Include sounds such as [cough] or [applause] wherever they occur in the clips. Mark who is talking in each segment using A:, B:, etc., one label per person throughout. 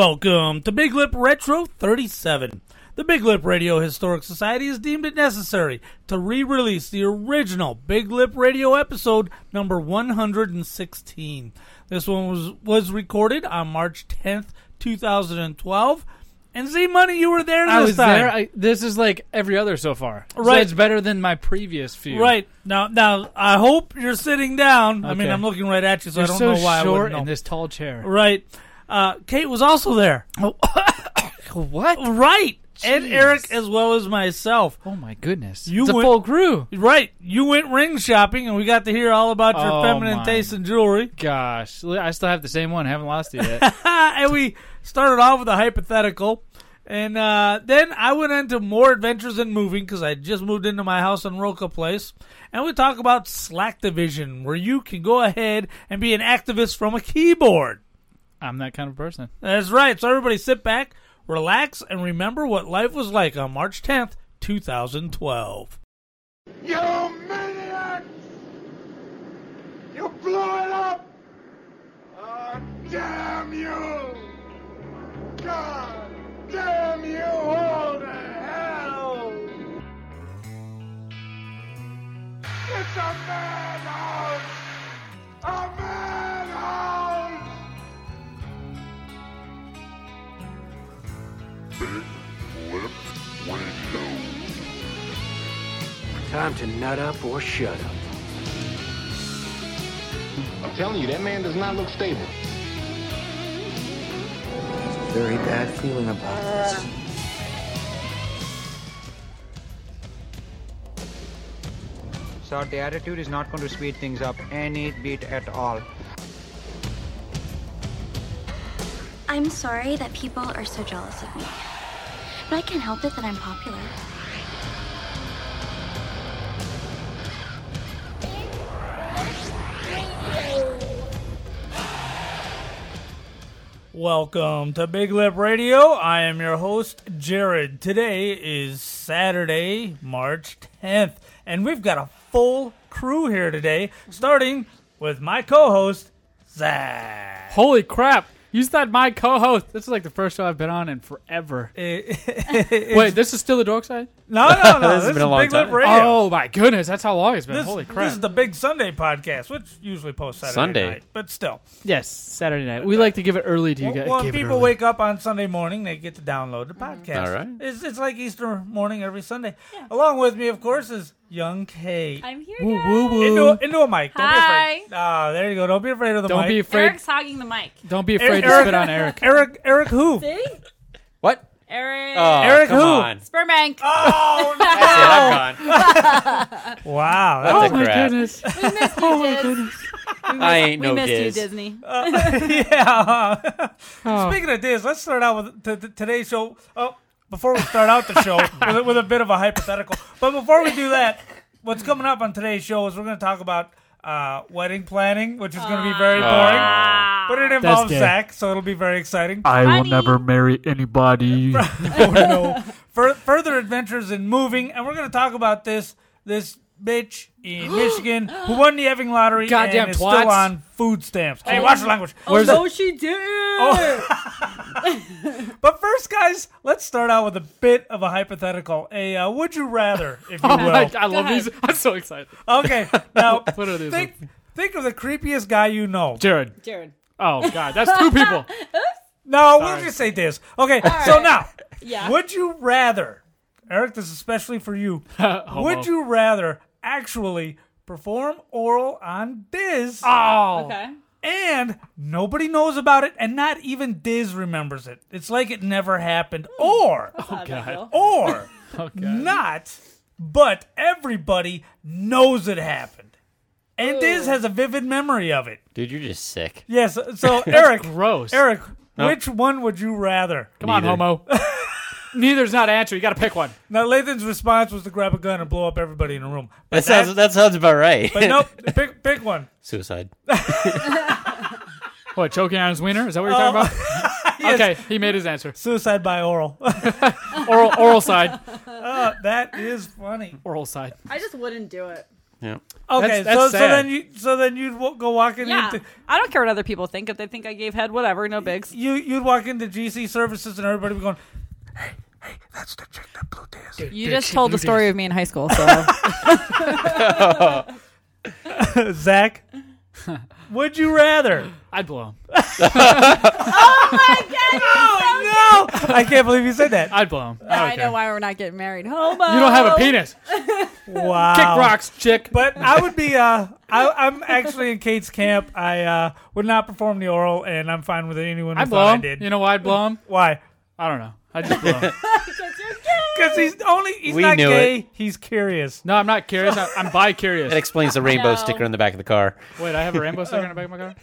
A: Welcome to Big Lip Retro 37. The Big Lip Radio Historic Society has deemed it necessary to re release the original Big Lip Radio episode number 116. This one was, was recorded on March 10th, 2012. And Z Money, you were there this
B: I was
A: time.
B: there. I, this is like every other so far.
A: Right.
B: So it's better than my previous few.
A: Right now, now I hope you're sitting down. I mean,
B: Okay.
A: I'm looking right at you, so
B: You're
A: I don't
B: so
A: know why I
B: short
A: wouldn't know.
B: in this tall chair.
A: Right, uh, Kate was also there.
B: What?
A: Right, and
B: Jeez.
A: Eric as well as myself.
B: Oh my goodness.
A: You
B: it's
A: went-
B: a full crew.
A: Right, you went ring shopping, and we got to hear all about your
B: Oh,
A: feminine
B: my.
A: taste in jewelry. [laughs]
B: Gosh, li- I still have the same one. Haven't lost it yet.
A: and we started off with a hypothetical. And uh, then I went into more adventures in moving because I just moved into my house in Roca Place. And we talk about Slack Division, where you can go ahead and be an activist from a keyboard.
B: I'm that kind of person.
A: That's right. So everybody sit back, relax, and remember what life was like on March 10th, 2012.
C: You maniacs! You blew it up! Oh, damn you! God damn you all to hell! It's a madhouse! A madhouse!
D: Time to nut up or shut up.
E: I'm telling you, that man does not look stable.
D: Very bad feeling about this.
F: So the attitude is not going to speed things up any bit at all.
G: I'm sorry that people are so jealous of me. But I can't help it that I'm popular.
A: Welcome to Big Lip Radio. I am your host, Jared. Today is Saturday, March 10th, and we've got a full crew here today, starting with my co host, Zach.
B: Holy crap. You said my co-host. This is like the first show I've been on in forever. Wait, this is still the dark side?
A: Eh, [laughs] No, no, no.
H: [laughs] This has
A: this
H: been a
A: is
H: long
A: Big Lip
H: time.
A: Radio.
B: Oh my goodness, that's how long it's been.
A: This,
B: Holy
A: this
B: crap.
A: is the Big Sunday podcast, which usually posts Saturday
H: Sunday.
A: night, but still.
B: yes, Saturday night. We like to give it early to you guys.
A: Well, when
B: Give it
A: people
B: early.
A: wake up on Sunday morning, they get to download the podcast.
H: All right.
A: It's, it's like Easter morning every Sunday. Along with me, of course, is young Kate.
I: I'm here,
B: Woo,
I: guys.
B: woo, woo.
A: Into, into a mic. Don't be
I: Hi.
A: afraid. Ah, there you go. Don't be afraid of the
B: Don't be
A: mic.
B: afraid.
I: Eric's hogging the mic.
B: Don't be afraid to
A: Eric-
B: spit on Eric.
A: Eric, Eric who?
I: See?
H: What?
I: Eric.
H: Oh,
A: Eric
H: come
A: who?
H: on.
I: Sperm bank.
A: Oh, no.
H: That's it, I'm gone.
A: wow. [laughs] That
B: Oh
H: That's a
B: my
H: crap.
B: goodness. [laughs]
I: we missed
B: Oh
I: you, Diz.
H: I ain't
I: We
H: no
I: missed you,
H: Diz.
I: Disney.
A: yeah.
B: Oh.
A: Speaking of this, let's start out with t- t- today's show. Oh, before we start out the
B: [laughs]
A: show with, a- with a bit of a hypothetical, but before we do that, what's coming up on today's show is we're going to talk about uh, wedding planning, which is going to be very boring,
B: Ah.
I: Ah.
A: but it involves
B: gay.
A: Zach, so it'll be very exciting.
B: I
I: will Funny. never
B: marry
A: [laughs]
B: anybody.
A: Fur- further adventures in moving, and we're going to talk about this this bitch in Michigan who won the Eving lottery
B: Goddamn
A: and is
B: twats.
A: still on food stamps. Hey, watch the language.
B: Where's
I: no, she did.
B: Oh.
A: But first, guys, let's start out with a bit of a hypothetical. A uh, would you rather, if you
B: [laughs] Oh my,
A: will.
B: I love these. I'm so excited.
A: Okay,
B: [laughs]
A: now
B: What are these?
A: think think of the creepiest guy you know.
B: Jared.
I: Jared.
B: Oh God, that's two people.
A: [laughs] No, we'll just say this. Okay, so now,
I: Yeah.
A: would you rather, Eric? This is especially for you.
B: [laughs] Homo.
A: would you rather actually perform oral on Diz
B: Oh.
I: Okay.
A: and nobody knows about it, and not even Diz remembers it? It's like it never happened. Or
I: Oh, God.
A: or.
B: Okay.
A: not, but everybody knows it happened. And Diz has a vivid memory of it.
H: Dude, you're just sick.
A: Yes. So Eric,
B: Gross.
A: Eric, which one would you rather?
B: Come on,
H: Neither.
B: homo. [laughs] Neither's not an answer. You got to pick one.
A: Now Lathan's response was to grab a gun and blow up everybody in the room.
H: That sounds that sounds about right.
B: [laughs]
A: But nope, pick pick one.
H: [laughs] Suicide.
B: What? Choking on his wiener? Is that what you're
A: Oh.
B: talking
A: [laughs]
B: about? Okay, he made his answer.
A: Suicide by oral. [laughs]
B: Oral, oral side.
A: that is funny.
B: Oral side.
I: I just wouldn't do it.
H: Yeah.
A: Okay,
B: That's- that's
A: so, so
B: sad.
A: then you so then you'd wa- go walking
I: Yeah.
A: into
I: I don't care what other people think. If they think I gave head, whatever, no bigs.
A: you you'd walk into GC services and everybody would be going,
I: You just told the story of me in high school, so
B: [laughs] [laughs]
A: Zach, would you rather?
B: I'd blow him.
I: [laughs]
A: Oh no! I can't believe you said that.
B: I'd blow him. I don't
I: I
B: care.
I: know why we're not getting married. Homo.
B: You don't have a penis.
A: Wow.
B: Kick rocks, chick.
A: Oh. But I would be. Uh, I, I'm actually in Kate's camp. I uh, would not perform the oral, and I'm fine with it. Anyone who
B: I blow
A: thought I
B: him.
A: did.
B: You know why I'd blow him?
A: Why?
B: I don't know. I just blow him.
A: Because he's only. He's
H: We
A: not
H: knew
A: gay. He's curious. [laughs]
B: No, I'm not curious. I, I'm bi curious.
H: [laughs] That explains the rainbow
I: No.
H: sticker on the back of the car.
B: Wait, I have a rainbow sticker on the back of my car?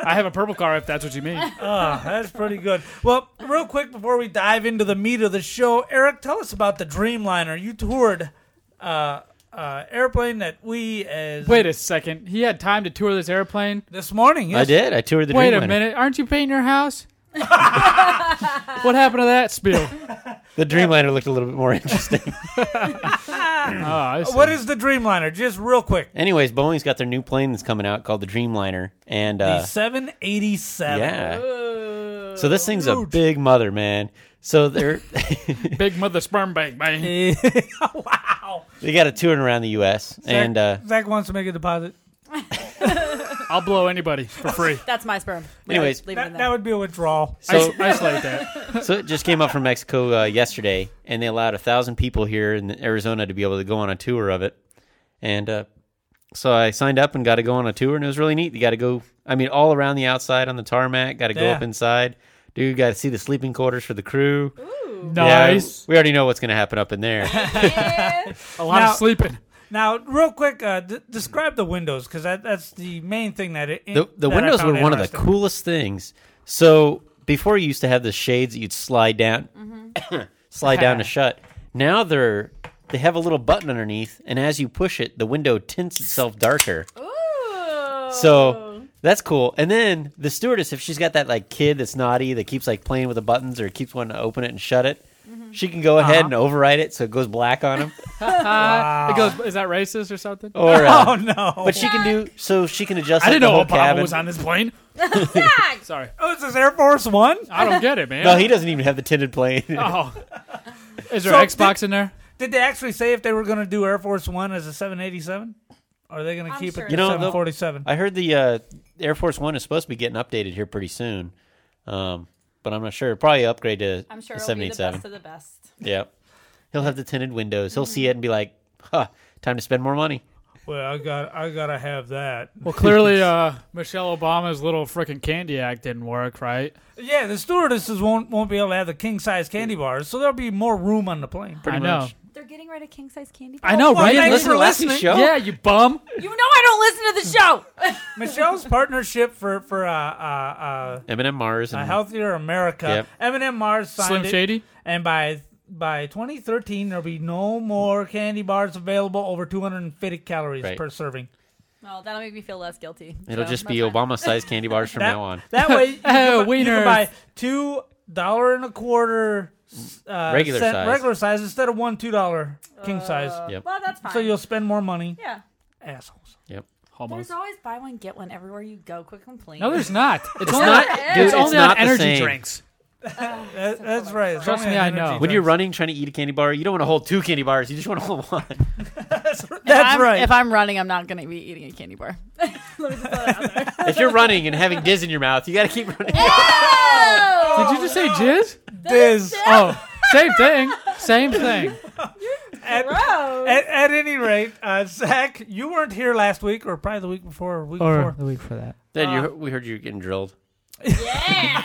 B: I have a purple car if that's what
A: [laughs]
B: you mean.
A: Ah, that's pretty good. Well, real quick before we dive into the meat of the show, Eric, tell us about the Dreamliner. You toured uh, uh, airplane that we as
B: Wait a second. He had time to tour this airplane.
A: this morning.
H: I
A: yes.
H: did. I toured the
B: Wait a
H: Dreamliner.
B: minute. Aren't you painting
A: [laughs]
B: your house? what happened to that spiel?
H: The Dreamliner looked a little bit more [laughs] interesting.
B: Oh, I see.
A: What is the Dreamliner? Just real quick.
H: Anyways, Boeing's got their new plane that's coming out called the Dreamliner, and
A: The
H: uh,
A: 787.
H: yeah. So this thing's a big mother, man. So they're [laughs]
B: Big mother sperm bank, man.
A: [laughs] wow.
H: they got a touring around the U.S. and uh,
A: Zach wants to make a deposit.
B: I'll blow anybody for free.
I: That's my sperm.
H: anyways,
I: Leave it in
A: That, that
I: there.
A: would be a withdrawal.
H: [laughs] so
B: I isolate that.
H: so it just came up from Mexico uh, yesterday, and they allowed a thousand people here in Arizona to be able to go on a tour of it. And uh, so I signed up and got to go on a tour, and it was really neat. You got to go, I mean, all around the outside on the tarmac. Got to go
A: Yeah.
H: up inside. Dude, got to see the sleeping quarters for the crew.
B: Nice.
H: Yeah, we already know what's going to happen up in there.
B: A lot
A: Now-
B: of sleeping.
A: Now, real quick, uh, d- describe the windows because that, that's the main thing that it.
H: the, the
A: that I
H: windows
A: found
H: were one of the
A: interesting.
H: coolest things. So before you used to have the shades that you'd slide down,
B: Mm-hmm.
H: [coughs] slide down to shut. Now they're they have a little button underneath, and as you push it, the window tints itself darker.
B: Oh.
H: So that's cool. And then the stewardess, if she's got that like kid that's naughty that keeps like playing with the buttons or keeps wanting to open it and shut it,
B: Mm-hmm.
H: she can go
B: Uh-huh.
H: ahead and override it so it goes
B: [laughs]
H: black on him.
B: Uh, It
H: Ah.
B: goes, is that racist or something?
H: Or uh,
A: Oh no!
H: [laughs] but she can do so she can adjust.
B: I
H: like,
B: didn't
H: the
B: know
H: whole
B: Obama
H: cabin.
B: was on this plane. Sorry.
A: Oh, is this Air Force One?
B: I
H: [laughs]
B: don't get it, man.
H: No, he doesn't even have the
B: [laughs]
H: tinted plane. [laughs]
B: Oh. Is there
A: So
B: Xbox in there?
A: Did they actually say if they were going to do Air Force One as a 787? Or are they going to
I: I'm
A: keep
I: sure
A: it
I: You
H: know,
A: the
H: the-
A: 747?
H: I heard the uh, Air Force One is supposed to be getting updated here pretty soon, um, but I'm not sure. Probably upgrade to
I: I'm sure
H: a
I: it'll be the
H: 787.
I: best of the best.
H: Yeah, he'll have the tinted windows. He'll see it and be like, "Huh, time to spend more money."
A: Well, I got I got to have that.
B: Well, [laughs] clearly uh, Michelle Obama's little frickin' candy act didn't work, right?
A: Yeah, the stewardesses won't won't be able to have the king size candy bars, so there'll be more room on the plane.
B: I
H: much.
B: know.
I: They're getting rid of king size candy.
B: I know,
A: Well,
B: right?
A: thanks
H: Listen
A: for
H: to last week's
A: listening.
H: show.
B: Yeah, you bum.
I: You know I don't listen to the show.
A: [laughs] Michelle's partnership for for uh, uh,
H: Eminem Mars
A: uh,
H: and
A: a healthier America. Eminem Mars signed
B: Slim
A: it,
B: Shady.
A: and by by 2013 there'll be no more candy bars available over 250 calories
H: Right.
A: per serving.
I: Well, that'll make me feel less guilty.
H: it'll
I: So,
H: just
I: that's
H: be
I: fine.
H: Obama-sized candy bars from
A: That-
H: now on.
A: That
B: [laughs]
A: way, you,
B: Oh,
A: can, bu- you can
B: wieners.
A: buy two dollar and a quarter uh,
H: Regular
A: cent-
H: size.
A: regular size instead of one two dollar king size.
H: Yep.
I: Well, that's fine.
A: So you'll spend more money.
I: Yeah.
A: Assholes.
H: Yep.
B: Almost.
I: There's always buy one get one everywhere you go. Quick and clean.
B: No, there's not. It's, only,
I: not-
B: it's
I: dude,
H: it's
B: only
H: not
B: on
H: the
B: energy
H: same.
B: drinks.
A: That- that's right. It's
B: Trust
A: only
B: me,
A: on
B: I
A: energy
B: know.
H: When
A: drinks.
H: you're running trying to eat a candy bar, you don't want to hold two candy bars. You just want to hold one.
I: [laughs]
A: that's right.
I: If I'm running, I'm not going to be eating a candy [laughs] bar. [laughs]
H: if you're running and having jizz in your mouth, you got to keep running.
B: [laughs]
I: Oh,
B: Did you just say jizz?
A: Diz.
B: Oh, same thing. Same [laughs] thing.
A: At,
I: oh,
A: at, at any rate, uh, Zach, you weren't here last week, or probably the week before, or week before.
B: week for that.
H: then you, we heard you were getting drilled.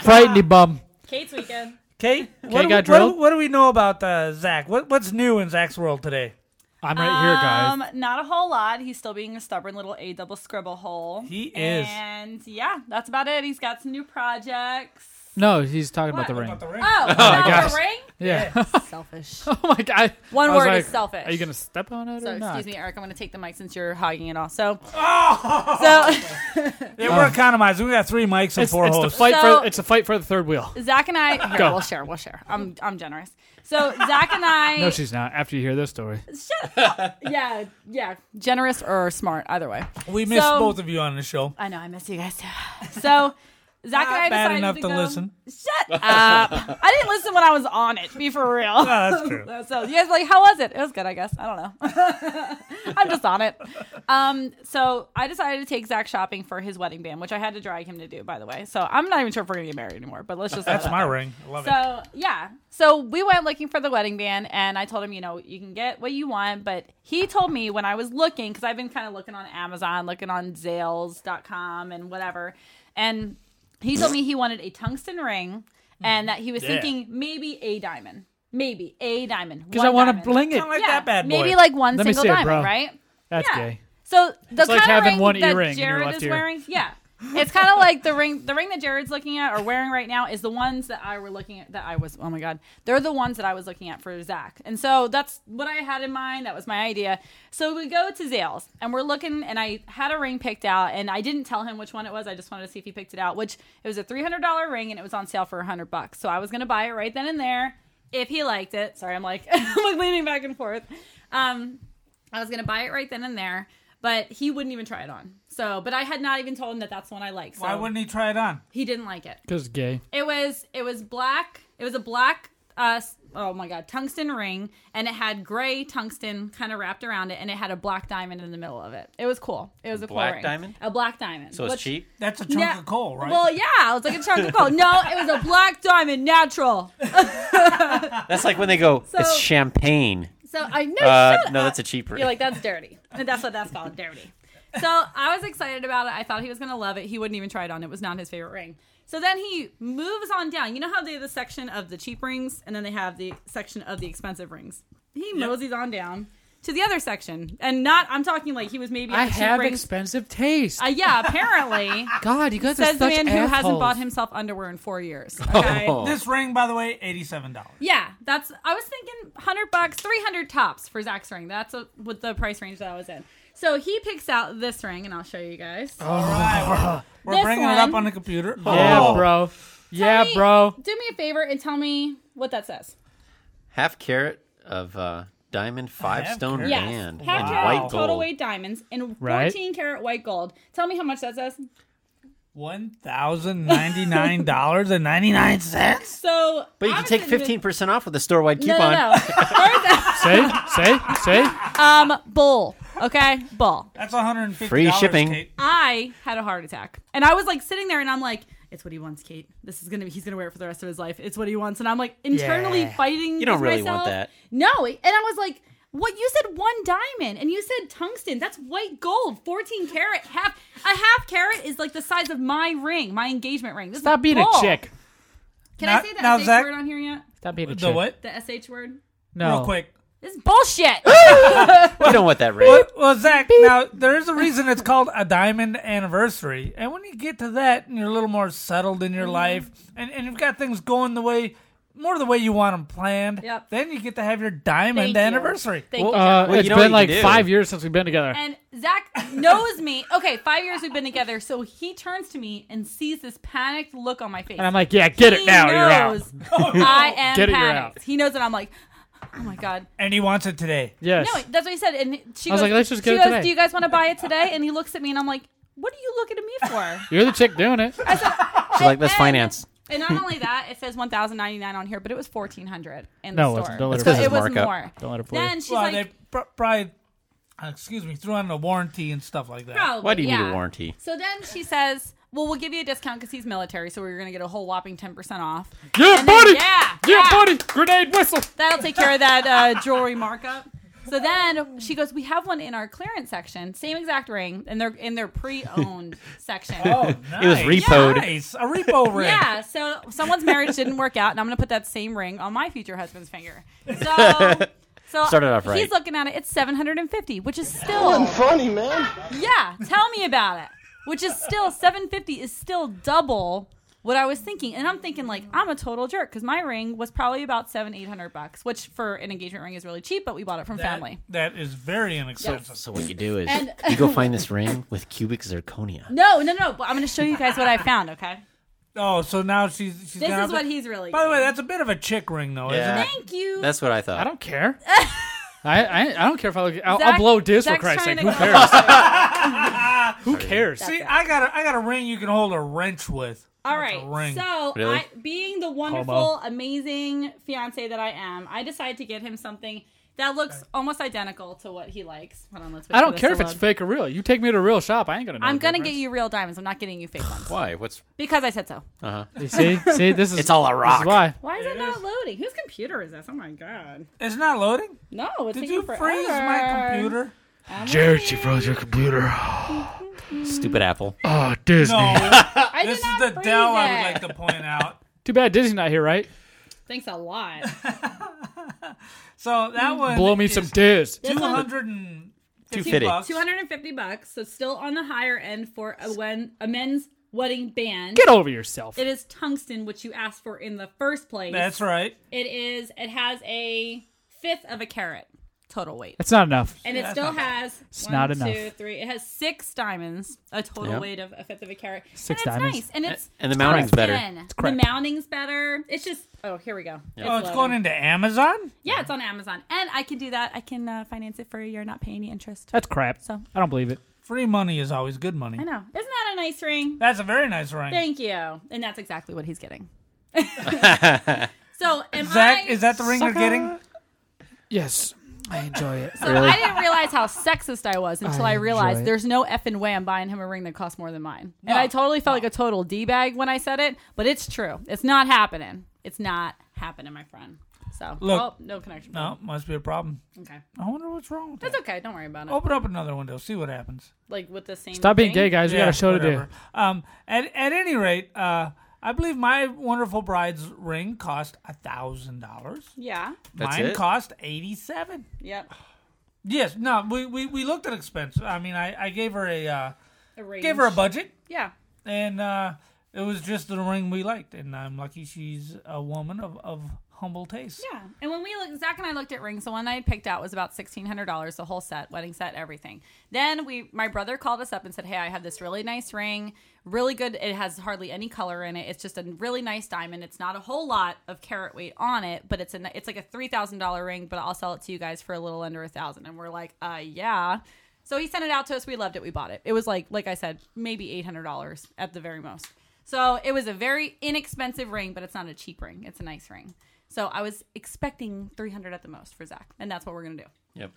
B: Frightening bum.
I: Kate's weekend.
A: Kate, what, do-
B: got
A: what do,
B: drilled?
A: what do we know about uh, Zach? What, what's new in Zach's world today?
B: I'm right here, guys.
I: Um, not a whole lot. He's still being a stubborn little A double scribble hole.
A: He is.
I: And yeah, that's about it. He's got some new projects.
B: No, he's talking
I: What?
B: about the ring.
I: [laughs] Oh, about
B: gosh.
I: the ring?
B: Yeah. [laughs]
I: Selfish.
B: oh my god.
I: One
B: I was
I: word
B: like,
I: is selfish.
B: Are you gonna step on it
I: So
B: or not?
I: excuse me, Eric. I'm going to take the mic since you're hogging it all. So, so [laughs]
A: Yeah, we're economizing. We got three mics and
B: It's,
A: four
B: it's the
A: hosts.
B: fight
I: So-
B: for it's a fight for the third wheel.
I: Zach and I. Here,
B: Go.
I: we'll share. We'll share. I'm I'm generous. So Zach and I.
B: No, she's not. After you hear this story,
I: yeah, yeah. Generous or smart, either way.
A: we missed
I: So-
A: both of you on the show.
I: I know. I miss you guys too. So Zach and I
A: Not bad
I: decided
A: enough
I: to,
A: to,
I: go- [laughs]
A: listen.
I: Shut up! I didn't listen when I was on it. Be for real.
A: Ah, that's true.
I: So you guys were like, how was it? It was good, I guess. I don't know. [laughs] I'm just on it. Um, so I decided to take Zach shopping for his wedding band, which I had to drag him to do, by the way. So I'm not even sure if we're gonna get married anymore. But let's just
A: That's my ring. I love it.
I: so yeah, so we went looking for the wedding band, and I told him, you know, you can get what you want, but he told me when I was looking because I've been kind of looking on Amazon, looking on Zales.com and whatever, and he told me he wanted a tungsten ring, and that he was
A: Yeah.
I: thinking maybe a diamond, maybe a diamond
B: because I want to
I: want
B: bling it.
A: Kind of like that bad boy.
I: maybe like one
B: Let me
I: single
B: see it,
I: diamond,
B: bro.
I: right?
B: That's
I: yeah.
B: gay.
I: So the
B: like
I: kind of
B: having
I: ring
B: one
I: that
B: earring in your
I: Jared
B: left
I: is
B: ear.
I: wearing, yeah, it's kind of like the ring. The ring that Jared's looking at or wearing right now is the ones that I were looking at. That I was. Oh my god, they're the ones that I was looking at for Zach. And so that's what I had in mind. That was my idea. So we go to Zales and we're looking, and I had a ring picked out, and I didn't tell him which one it was. I just wanted to see if he picked it out. Which it was a three hundred dollar ring, and it was on sale for hundred bucks. So I was gonna buy it right then and there if he liked it. Sorry, I'm like [laughs] I'm like leaning back and forth. Um, I was gonna buy it right then and there, but he wouldn't even try it on. So, but I had not even told him that that's the one I like. So
A: Why wouldn't he try it on?
I: he didn't like it?
B: Because gay.
I: It was it was black. It was a black. Uh, s- oh my god, tungsten ring, and it had gray tungsten kind of wrapped around it, and it had a black diamond in the middle of it. It was cool. It was a
H: Black
I: cool ring.
H: diamond?
I: A black diamond.
H: So it's
I: Which-
H: cheap.
A: That's a chunk
I: Yeah.
A: of coal, right?
I: Well, yeah, it was like a chunk of coal. No, it was a black diamond, natural.
H: That's like when they go, it's champagne.
I: So I know.
H: Uh,
I: shut
H: no,
I: up.
H: that's a cheaper.
I: You're like, that's dirty. [laughs] And that's what that's called, dirty. So I was excited about it. I thought he was going to love it. He wouldn't even try it on. It was not his favorite ring. So then he moves on down. You know how they have the section of the cheap rings and then they have the section of the expensive rings? He moseys on down to the other section. And not, I'm talking like he was maybe at
B: I
I: the cheap
B: have
I: rings.
B: expensive taste.
I: Uh, yeah,
B: [laughs]
I: apparently.
B: God, you guys are
I: says the
B: such
I: man who
B: assholes. Oh.
I: hasn't bought himself underwear in
B: [laughs]
I: four years. Okay.
A: this ring, by the way, eighty-seven dollars.
I: Yeah, that's. I was thinking hundred bucks, three hundred tops for Zach's ring. That's a, with the price range that I was in. So he picks out this ring, and I'll show you guys.
B: Oh,
A: All right, we're, we're
I: This
A: bringing it up
I: one-
A: on the computer.
B: Yeah,
H: Oh.
B: bro. Yeah,
I: Tell me-
B: bro.
I: Do me a favor and tell me what that says.
H: Half carat of uh, diamond five stone
A: carat.
I: Yes,
H: band.
I: half
H: in
I: carat
H: white
I: total
H: gold.
I: weight diamonds and
B: Right.
I: fourteen karat white gold. Tell me how much that says.
A: One thousand ninety-nine dollars and ninety-nine cents.
I: So,
H: But you
I: I
H: can
I: was
H: take
I: thinking-
H: 15% off with a store wide
I: No,
H: coupon.
I: no, no.
H: [laughs]
I: First,
B: Say, say, say.
I: um, bull. Okay, bull.
A: [laughs] That's one hundred and fifty.
H: Free shipping.
A: Kate.
I: I had a heart attack. And I was like sitting there and I'm like, it's what he wants, Kate. This is gonna he's gonna wear it for the rest of his life. It's what he wants. And I'm like internally
B: Yeah.
I: fighting.
H: You don't
I: with
H: really
I: myself.
H: want that.
I: No, and I was like, what you said one diamond and you said tungsten. That's white gold, 14 carat, half a half carat is like the size of my ring, my engagement ring. This
B: Stop
I: is
B: being a
I: bull.
B: chick.
I: Can
A: Now-
I: I say the
A: now,
I: SH
A: Zach-
I: word on here yet?
B: Stop being a chick.
A: The what?
I: The SH word?
B: No.
A: Real quick.
I: This is bullshit.
H: You don't want that ring.
A: Well, well, Zach, now there is a reason it's called a diamond anniversary. And when you get to that and you're a little more settled in your
I: Mm-hmm.
A: life and, and you've got things going the way, more the way you want them planned,
I: Yep.
A: then you get to have your
I: Thank
A: diamond
I: you.
A: anniversary.
I: Thank
B: Well,
I: you.
B: uh,
H: Well, you
B: it's
H: know what
B: been
H: you
B: like
H: do.
B: five years since we've been together.
I: And Zach knows me. Okay, five years we've been together. So he turns to me and sees this panicked look on my face.
B: And I'm like, yeah, get
I: he
B: it now. You're out.
I: knows
B: [laughs]
I: I am
B: Get it, you're
I: panicked.
B: out.
I: He knows that I'm like, oh my god.
A: And he wants it today.
B: Yes.
I: No, that's what he said. And she
B: I was
I: goes,
B: like, let's just get
I: she
B: it
I: goes,
B: today.
I: Do you guys want to buy it today? And he looks at me, and I'm like, what are you looking at me for?
B: You're the chick doing
I: [laughs]
B: it.
H: She's like, [laughs] that's
I: And-
H: finance.
I: And not only that, it says 1,099 on here, but it was 1,400 in
B: No,
I: the
B: it
I: store.
B: wasn't. Don't let her
H: That's 'cause
I: So
B: fool
I: it
B: you.
H: it's
I: was
H: markup.
I: more.
B: Don't let her fool you.
I: Then she's
A: well,
I: like,
A: they pr- probably, uh, excuse me, threw on a warranty and stuff like that.
I: Probably,
H: Why do you need a
I: "Oh, yeah.
H: warranty?
I: So then she says, "Well, we'll give you a discount because he's military, so we're gonna get a whole whopping ten percent off.
B: Yeah,
I: And then-
B: buddy.
I: yeah,
B: Yeah,
I: yeah.
B: buddy. Grenade whistle.
I: That'll take care of that uh, jewelry markup." So then she goes, "We have one in our clearance section, same exact ring, and they're in their pre-owned section."
A: Oh,
H: [laughs] It was
A: nice.
H: repoed.
A: Nice. A
I: [laughs]
A: repo ring.
I: Yeah, so someone's marriage didn't work out, and I'm gonna put that same ring on my future husband's finger. So, so
H: Started off
I: He's
H: right.
I: looking at it. It's 750, which is still
E: Funny, man.
I: Yeah, tell me about it. Which is still 750 is still double what I was thinking. And I'm thinking like I'm a total jerk because my ring was probably about seven, eight hundred bucks, which for an engagement ring is really cheap, but we bought it from family.
A: That is very inexpensive.
H: So what you do is
I: And-
H: [laughs] you go find this ring with cubic zirconia.
I: No, no, no. But I'm going to show you guys what I found. Okay,
A: Oh, so now she's she's.
I: this
A: gonna
I: is
A: have
I: what
A: to-
I: he's really.
A: By the way, that's a bit of a chick ring, though,
H: Yeah.
A: isn't it?
I: Thank you.
H: That's what I thought.
B: I don't
I: [laughs]
B: care. I, I I don't care if I look. I'll, I'll
I: Zach-
B: blow disc for
I: Zach's
B: Christ's
I: trying
B: sake.
I: to
B: Who
I: go-
B: cares? Who cares?
A: See, I got a I got a ring you can hold a wrench with.
I: All
A: That's
I: right.
A: a ring.
I: So,
H: Really?
I: I, being the wonderful, amazing fiance that I am, I decide to get him something that looks almost identical to what he likes. Hold on, let's wait
B: I
I: for
B: don't
I: this
B: care
I: to
B: if it's
I: load.
B: fake or real. You take me to a real shop. I ain't gonna. Know
I: I'm gonna
B: to
I: get you real diamonds. I'm not getting you fake ones
H: Why? What's
I: because I said so. [laughs]
B: See, see, this is
H: It's all a
B: This
H: rock.
B: is why.
I: Why is it, not loading? Whose computer is this? Oh my god!
A: It's not loading.
I: No, it's
A: Did
I: taking
A: you
I: forever.
A: freeze my
I: [laughs]
A: computer?
J: Jared, she froze your computer.
H: stupid Apple?
J: Oh, Disney.
A: No,
I: I did
A: this is
I: not
A: the
I: freeze
A: Dell
I: It.
A: I would like to point out.
B: Too bad Disney's not here, right?
I: Thanks
A: [laughs]
I: a lot.
A: So
I: Hmm.
A: that one
B: Blow me some disc.
A: two hundred and fifty
H: fifty.
A: bucks.
I: 250 bucks, so still on the higher end for a, when, a men's wedding band.
B: Get over yourself.
I: It is tungsten, which you asked for in the first place.
A: That's right.
I: It is. It has a fifth of a carat total weight,
B: That's not enough.
I: and it still has one,
B: not
I: two,
B: enough.
I: three- It has six diamonds, a total
H: Yeah.
I: weight of a fifth of a carat.
B: Six
I: and it's
B: diamonds.
I: nice, and it's
H: And the mounting's better.
I: tungsten. The
B: crap.
I: mounting's better. It's just. Oh, here we go.
A: Oh, it's
I: loading.
A: going into Amazon.
I: Yeah, it's on Amazon, and I can do that. I can uh, finance it for a year, not pay any interest.
B: That's crap.
I: So-
B: I don't believe it.
A: Free money is always good money.
I: I know. Isn't that a nice ring?
A: That's a very nice ring.
I: Thank you. And that's exactly what
B: [laughs]
I: he's getting. so, am
A: Zach,
I: I?
A: is that the ring you're getting?
B: Yes, I enjoy it.
I: So I didn't realize how sexist I was until I,
B: I
I: realized
B: enjoy it.
I: there's no effing way I'm buying him a ring that costs more than mine. and I totally felt like a total d bag when I said it, but it's true. It's not happening. It's not happening, my friend. So
A: Look.
I: oh, no connection.
A: No, must be a problem.
I: Okay.
A: I wonder what's wrong with that.
I: It's okay. Don't worry about it.
A: Open up another window, see what happens.
I: Like with the same.
B: Stop being
I: thing.
B: gay, guys. We
A: Yeah,
B: got a show to
A: whatever. Um, at at any rate, uh, I believe my wonderful bride's ring cost a thousand dollars.
I: Yeah.
H: That's
A: Mine
H: it?
A: cost eighty seven.
I: Yep.
A: Yes, no, we, we, we looked at expense. I mean, I, I gave her a uh,
I: A range.
A: gave her a budget,
I: Yeah.
A: and uh, it was just the ring we liked. And I'm lucky she's a woman of, of humble taste.
I: Yeah, and when we looked, Zach and I looked at rings. The one I had picked out was about sixteen hundred dollars, the whole set, wedding set, everything. Then we, my brother called us up and said, "Hey, I have this really nice ring, really good. It has hardly any color in it. It's just a really nice diamond. It's not a whole lot of carat weight on it, but it's a, it's like a three thousand dollar ring. But I'll sell it to you guys for a little under a thousand. And we're like, uh, yeah. So he sent it out to us. We loved it. We bought it. It was like, like I said, maybe eight hundred dollars at the very most. So it was a very inexpensive ring, but it's not a cheap ring. It's a nice ring. So I was expecting 300 at the most for Zach, and that's what we're gonna do.
H: Yep.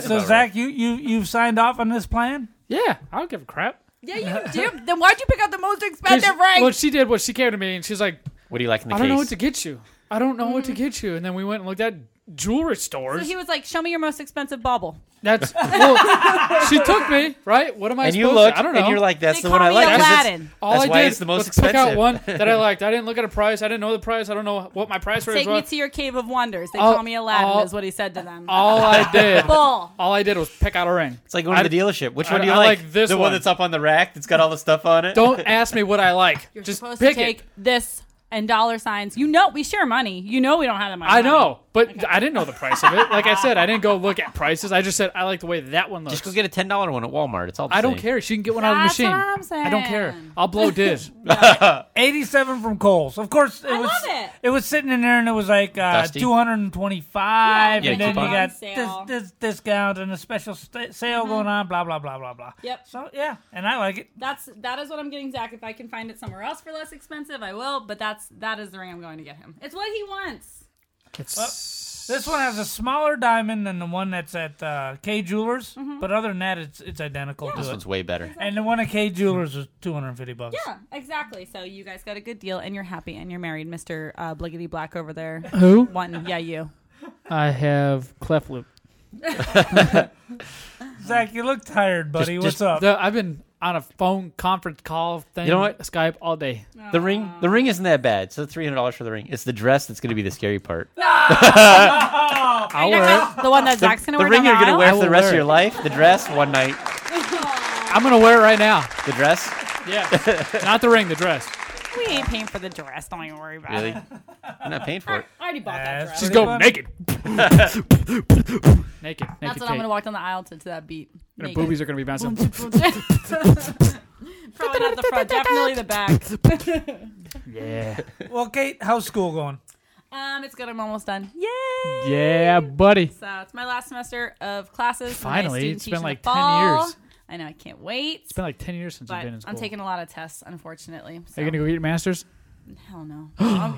A: So Zach, you you you've signed off on this plan.
B: Yeah, I don't give a crap.
I: Yeah,
B: [laughs]
I: you do. then why'd you pick out the most
B: 'Cause-
I: expensive ring?
B: Well, she did what she came to me, and she's like,
H: What do you like in the
B: "I
H: case?
B: don't know what to get you. I don't know what to get you." And then we went and looked at jewelry stores.
I: Mm-hmm. so he was like, "Show me your most expensive bauble."
B: That's
I: [laughs]
B: well, she took me right. What am I?
H: and you
B: supposed
H: looked,
B: to? I don't know.
H: and you're like, "That's
I: They
H: the one
I: call
H: I
I: me
H: like." 'cause it's-
I: Aladdin.
B: All
H: that's
B: I
H: why
B: did
H: it's the most
B: was
H: expensive.
B: Pick out one that
H: [laughs]
B: I liked. I didn't look at a price. I didn't know the price. I don't know what my price range
I: Take me
B: was.
I: to your cave of wonders. They
B: I'll-
I: call me Aladdin,
B: I'll-
I: is what he said to them.
B: all
I: [laughs]
B: I did,
I: Bull.
B: all I did was pick out a ring.
H: It's like going to the dealership. Which
B: I-
H: one do you
B: I
H: like?
B: like this
H: the one.
B: one.
H: that's up on the rack that's got all the stuff on it. [laughs]
B: Don't ask me what I like.
I: You're
B: Just
I: supposed
B: pick
I: to take
B: it.
I: this and dollar signs. You know, we share money. You know, we don't have that much.
B: I
I: money.
B: know, but I didn't know the price of it. Like I said, I didn't go look at prices. I just said I like the way that one looks.
H: just go get a ten dollar one at Walmart. It's all. The
B: I don't
H: same.
B: care. She can get one out of the
I: That's
B: machine.
I: what I'm saying.
B: I don't care. I'll
I: [laughs]
B: blow Diz.
A: Eighty seven from Kohl's. Of course, it
I: I
A: was
I: love it.
A: was sitting in there and it was like uh,
H: Dusty.
A: two hundred and twenty five,
I: Yeah,
A: and
H: yeah,
A: then you
H: coupon.
A: got
I: Sale. Mm-hmm.
A: this, this discount and a special st- sale going on. Blah blah blah blah blah.
I: Yep.
A: So yeah, and I like it.
I: That's that is what I'm getting Zach. If I can find it somewhere else for less expensive, I will. But that's that is the ring I'm going to get him. It's what he wants.
B: It's,
A: This one has a smaller diamond than the one that's at uh, K Jewelers,
I: Mm-hmm.
A: but other than that, it's it's identical
H: This
A: to
H: one's
A: it.
H: way better.
A: And the one at K Jewelers was two hundred and fifty bucks.
I: Yeah, exactly. So you guys got a good deal, and you're happy, and you're married, Mister uh, Bliggity Black
B: [laughs]
I: over there.
B: Who?
I: One,
B: [laughs]
I: yeah, you.
B: I have cleft loop.
A: Zach, you look tired, buddy.
H: Just-
A: What's
H: just
A: up?
B: The- I've been on a phone conference call thing.
H: You know what?
B: Skype all day.
H: The ring,
I: um,
H: the ring isn't that bad. So three hundred dollars for the ring. It's the dress that's going to be the scary part.
B: I'll wear
I: [laughs]
B: it.
I: The one that Zach's gonna
H: the
I: wear.
H: ring
I: down
H: you're
I: the
H: going to
I: aisle?
H: wear
B: I
H: for the
B: will
H: rest of
B: wear
H: your
B: it.
H: life. The dress one night.
B: I'm gonna wear it right now.
H: The dress.
B: Yeah, not the ring, the dress.
I: We ain't paying for the dress. Don't even worry about
H: Really?
I: [laughs] it.
H: I'm not paying for it.
I: I already bought that dress.
B: Just go
I: [laughs]
B: naked. naked.
I: That's
B: Naked.
I: what I'm gonna
B: Kate.
I: walk down the aisle to, to that beat.
B: Your
I: Naked. [laughs]
B: boobies are gonna be bouncing.
I: Boom, boom, boom. Probably not the front. Definitely the back.
B: Yeah.
A: Well, Kate, how's school going?
I: um, it's good. I'm almost done. Yay!
B: Yeah, buddy.
I: So it's my last semester of classes. and my
B: Finally,
I: student
B: it's
I: teach
B: been
I: in the
B: like 10
I: fall.
B: years.
I: I know. I can't wait.
B: It's been like ten years since
I: But
B: you've been in school.
I: I'm taking a lot of tests, unfortunately.
B: Are
I: So.
B: you gonna go get your master's?
I: Hell
B: [gasps]
I: no.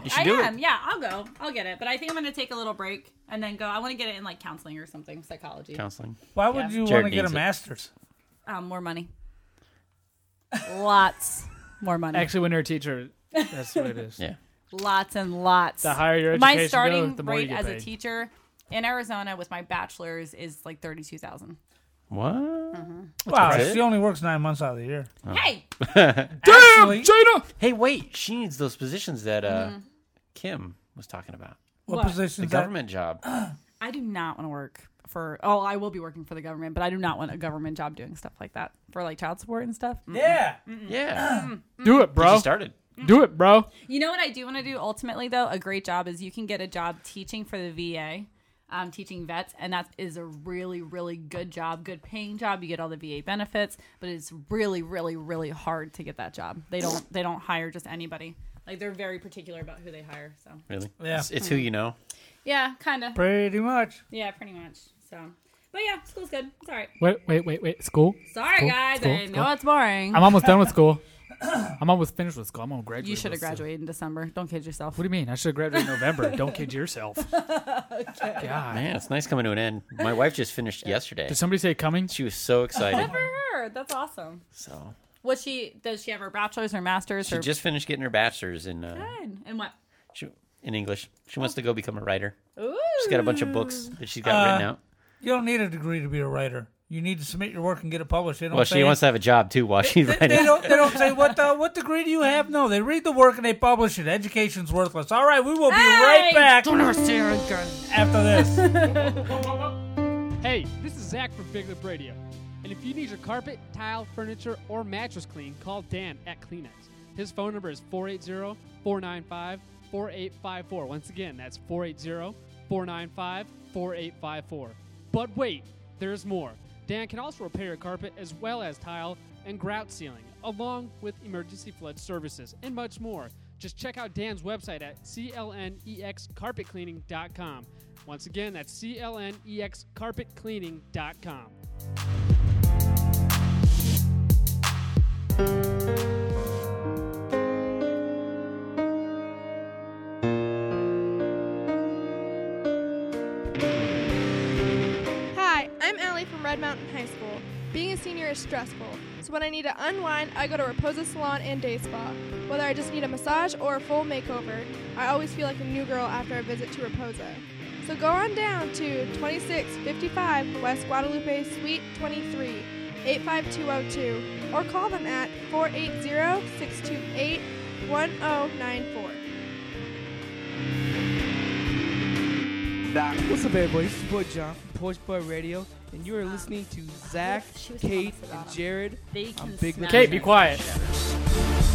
B: You should
I: I
B: do it.
I: am. Yeah, I'll go. I'll get it. But I think I'm going to take a little break and then go. I want to get it in like counseling or something, psychology.
H: Counseling.
A: Why would
I: Yeah.
A: you
H: Jared
A: want to get a
H: needs it.
A: master's?
I: Um,
B: [laughs]
I: more money. Lots more money.
B: Actually, when you're a teacher, that's what it
H: [laughs]
B: is.
H: yeah.
I: Lots and lots.
B: The higher your
I: my
B: education
I: starting
B: goes, the more you
I: rate
B: get
I: as a
B: paid.
I: teacher in Arizona with my bachelor's is like thirty two thousand.
H: What?
I: Mm-hmm.
A: Wow,
H: That's
A: she
H: it?
A: only works nine months out of the year.
B: Oh.
I: Hey,
A: Actually,
H: Hey, wait. She needs those positions that uh,
I: Mm-hmm.
H: Kim was talking about.
A: what,
I: What?
A: positions?
H: The
A: that-
H: government
I: [clears throat]
H: job.
I: I do not want to work for. Oh, I will be working for the government, but I do not want a government job doing stuff like that for like child support and stuff. Mm.
A: Yeah.
H: Yeah.
B: Do it,
H: She
B: bro.
H: started.
B: Do it, bro.
I: You know what I do want to do ultimately though? A great job is you can get a job teaching for the VA, um, teaching vets, and that is a really, really good job, good paying job. You get all the VA benefits, but it's really, really, really hard to get that job. They don't they don't hire just anybody. Like they're very particular about who they hire. So
H: Really?
A: Yeah.
H: It's, it's who you know.
I: yeah, kind of.
A: Pretty much.
I: Yeah, pretty much. So, but yeah, school's good. It's all right.
B: Wait, wait, wait, wait. School.
I: Sorry
B: School,
I: guys,
B: school,
I: I
B: school.
I: know it's boring.
B: I'm almost done with
I: [laughs]
B: school. I'm almost finished with school. I'm gonna graduate.
I: you should
B: real
I: have
B: soon.
I: graduated in December. Don't kid yourself.
B: What do you mean? I should have graduated in November. Don't kid
I: [laughs]
B: yourself. God.
H: Man, it's nice coming to an end. My wife just
A: [laughs]
H: finished yesterday.
B: Did somebody say coming?
H: She was so excited.
I: For her, that's awesome.
H: so
I: What she does? She have her bachelor's or master's
H: she
I: or
H: just finished getting her bachelor's in uh,
I: Good. And what?
H: she, in English. She
A: Oh.
H: wants to go become a writer.
I: Ooh.
H: She's got a bunch of books that she's got
A: Uh,
H: written out.
A: You don't need a degree to be a writer. You need to submit your work and get it published. They don't
H: Well,
A: say
H: she wants to have a job too while she's
A: They,
H: writing.
A: they don't. They don't say what uh, what degree do you have? No, they read the work and they publish it. Education's worthless. All right, we will be right
I: Hey!
A: back after
I: [laughs]
A: this.
K: Hey, this is Zach from Big Lip Radio. And if you need your carpet, tile, furniture, or mattress cleaned, call Dan at Kleenex. His phone number is 480 495 4854. Once again, that's 480 495 4854. But wait, there's more. Dan can also repair your carpet as well as tile and grout ceiling, along with emergency flood services and much more. Just check out Dan's website at
B: E
K: clnexcarpetcleaning.com. Once again, that's
B: E
K: clnexcarpetcleaning.com.
L: Hi, I'm Allie from Red Mountain High School. Being a senior is stressful, so when I need to unwind, I go to Reposa Salon and Day Spa. Whether I just need a massage or a full makeover, I always feel like a new girl after a visit to Reposa. So go on down to 2655 West Guadalupe Suite 23, 85202, or call them at 480 628 1094.
M: What's up, everybody? It's your boy John from Porch Boy Radio, and you are listening to Zach, Kate, and Jared.
I: They
M: on
I: can
M: Big Lip
B: Kate,
M: Radio.
B: be quiet.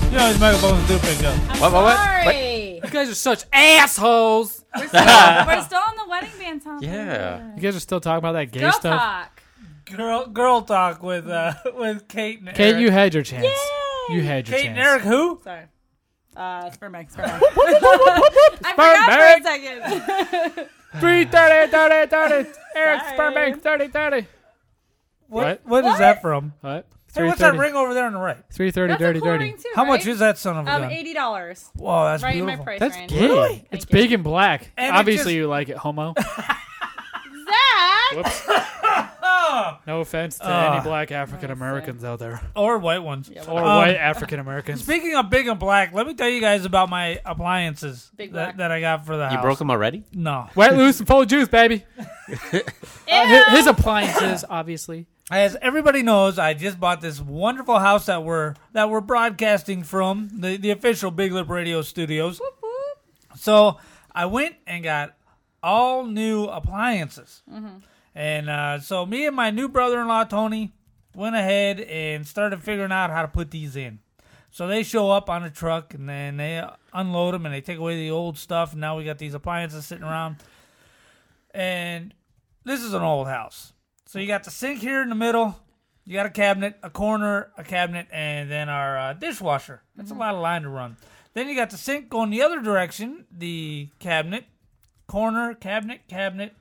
A: You know these microphones do pick up.
I: I'm
B: What, what, what?
I: sorry.
B: You guys are such assholes.
I: We're, still,
B: [laughs]
I: we're still on the wedding band topic.
B: Yeah. You guys are still talking about that gay
I: Girl
B: stuff.
I: talk.
A: Girl, girl talk with uh, [laughs] with Kate and
B: Kate,
A: Eric.
B: you had your chance. You had your
A: Kate
B: chance.
A: and Eric who?
I: Sorry. Uh, spermax, spermax.
B: [laughs]
I: I forgot for a second.
B: Three thirty, thirty,
I: [laughs]
B: thirty. Eric Sperbank, thirty, thirty.
A: What? what is that from?
B: What?
A: Hey, what's that ring over there on the right?
B: Three thirty,
I: That's a
B: dirty,
I: cool
B: dirty.
I: ring too,
A: How much
I: right?
A: is that son of a
I: Um,
A: gun?
I: eighty dollars.
A: Whoa, that's
I: right in my
A: beautiful.
I: price
B: That's
I: range.
B: gay. It's big and black.
A: And it
B: Obviously,
A: just-
B: you like it, homo.
I: Zach.
B: Whoops. No offense to
A: Ah.
B: any black African Americans out there
A: or white ones.
B: or
A: Um,
B: white African [laughs]
A: [laughs]
B: Americans.
A: Speaking of big and black, let me tell you guys about my appliances
I: Big
A: that,
I: black.
A: that I got for the
H: You
A: house.
H: broke them already?
A: No,
B: Wet, loose, and full of juice, [laughs] baby. Uh, hi- his, appliances, obviously.
A: As everybody knows, I just bought this wonderful house that we're that we're broadcasting from the, the official Big Lip Radio Studios. So I went and got all new appliances, and uh, so me and my new brother in law Tony went ahead and started figuring out how to put these in. So they show up on a truck and then they unload them and they take away the old stuff. And now we got these appliances sitting around. And this is an old house. So you got the sink here in the middle. You got a cabinet, a corner, a cabinet, and then our uh, dishwasher. That's a lot of line to run. Then you got the sink going the other direction, the cabinet, corner, cabinet, cabinet,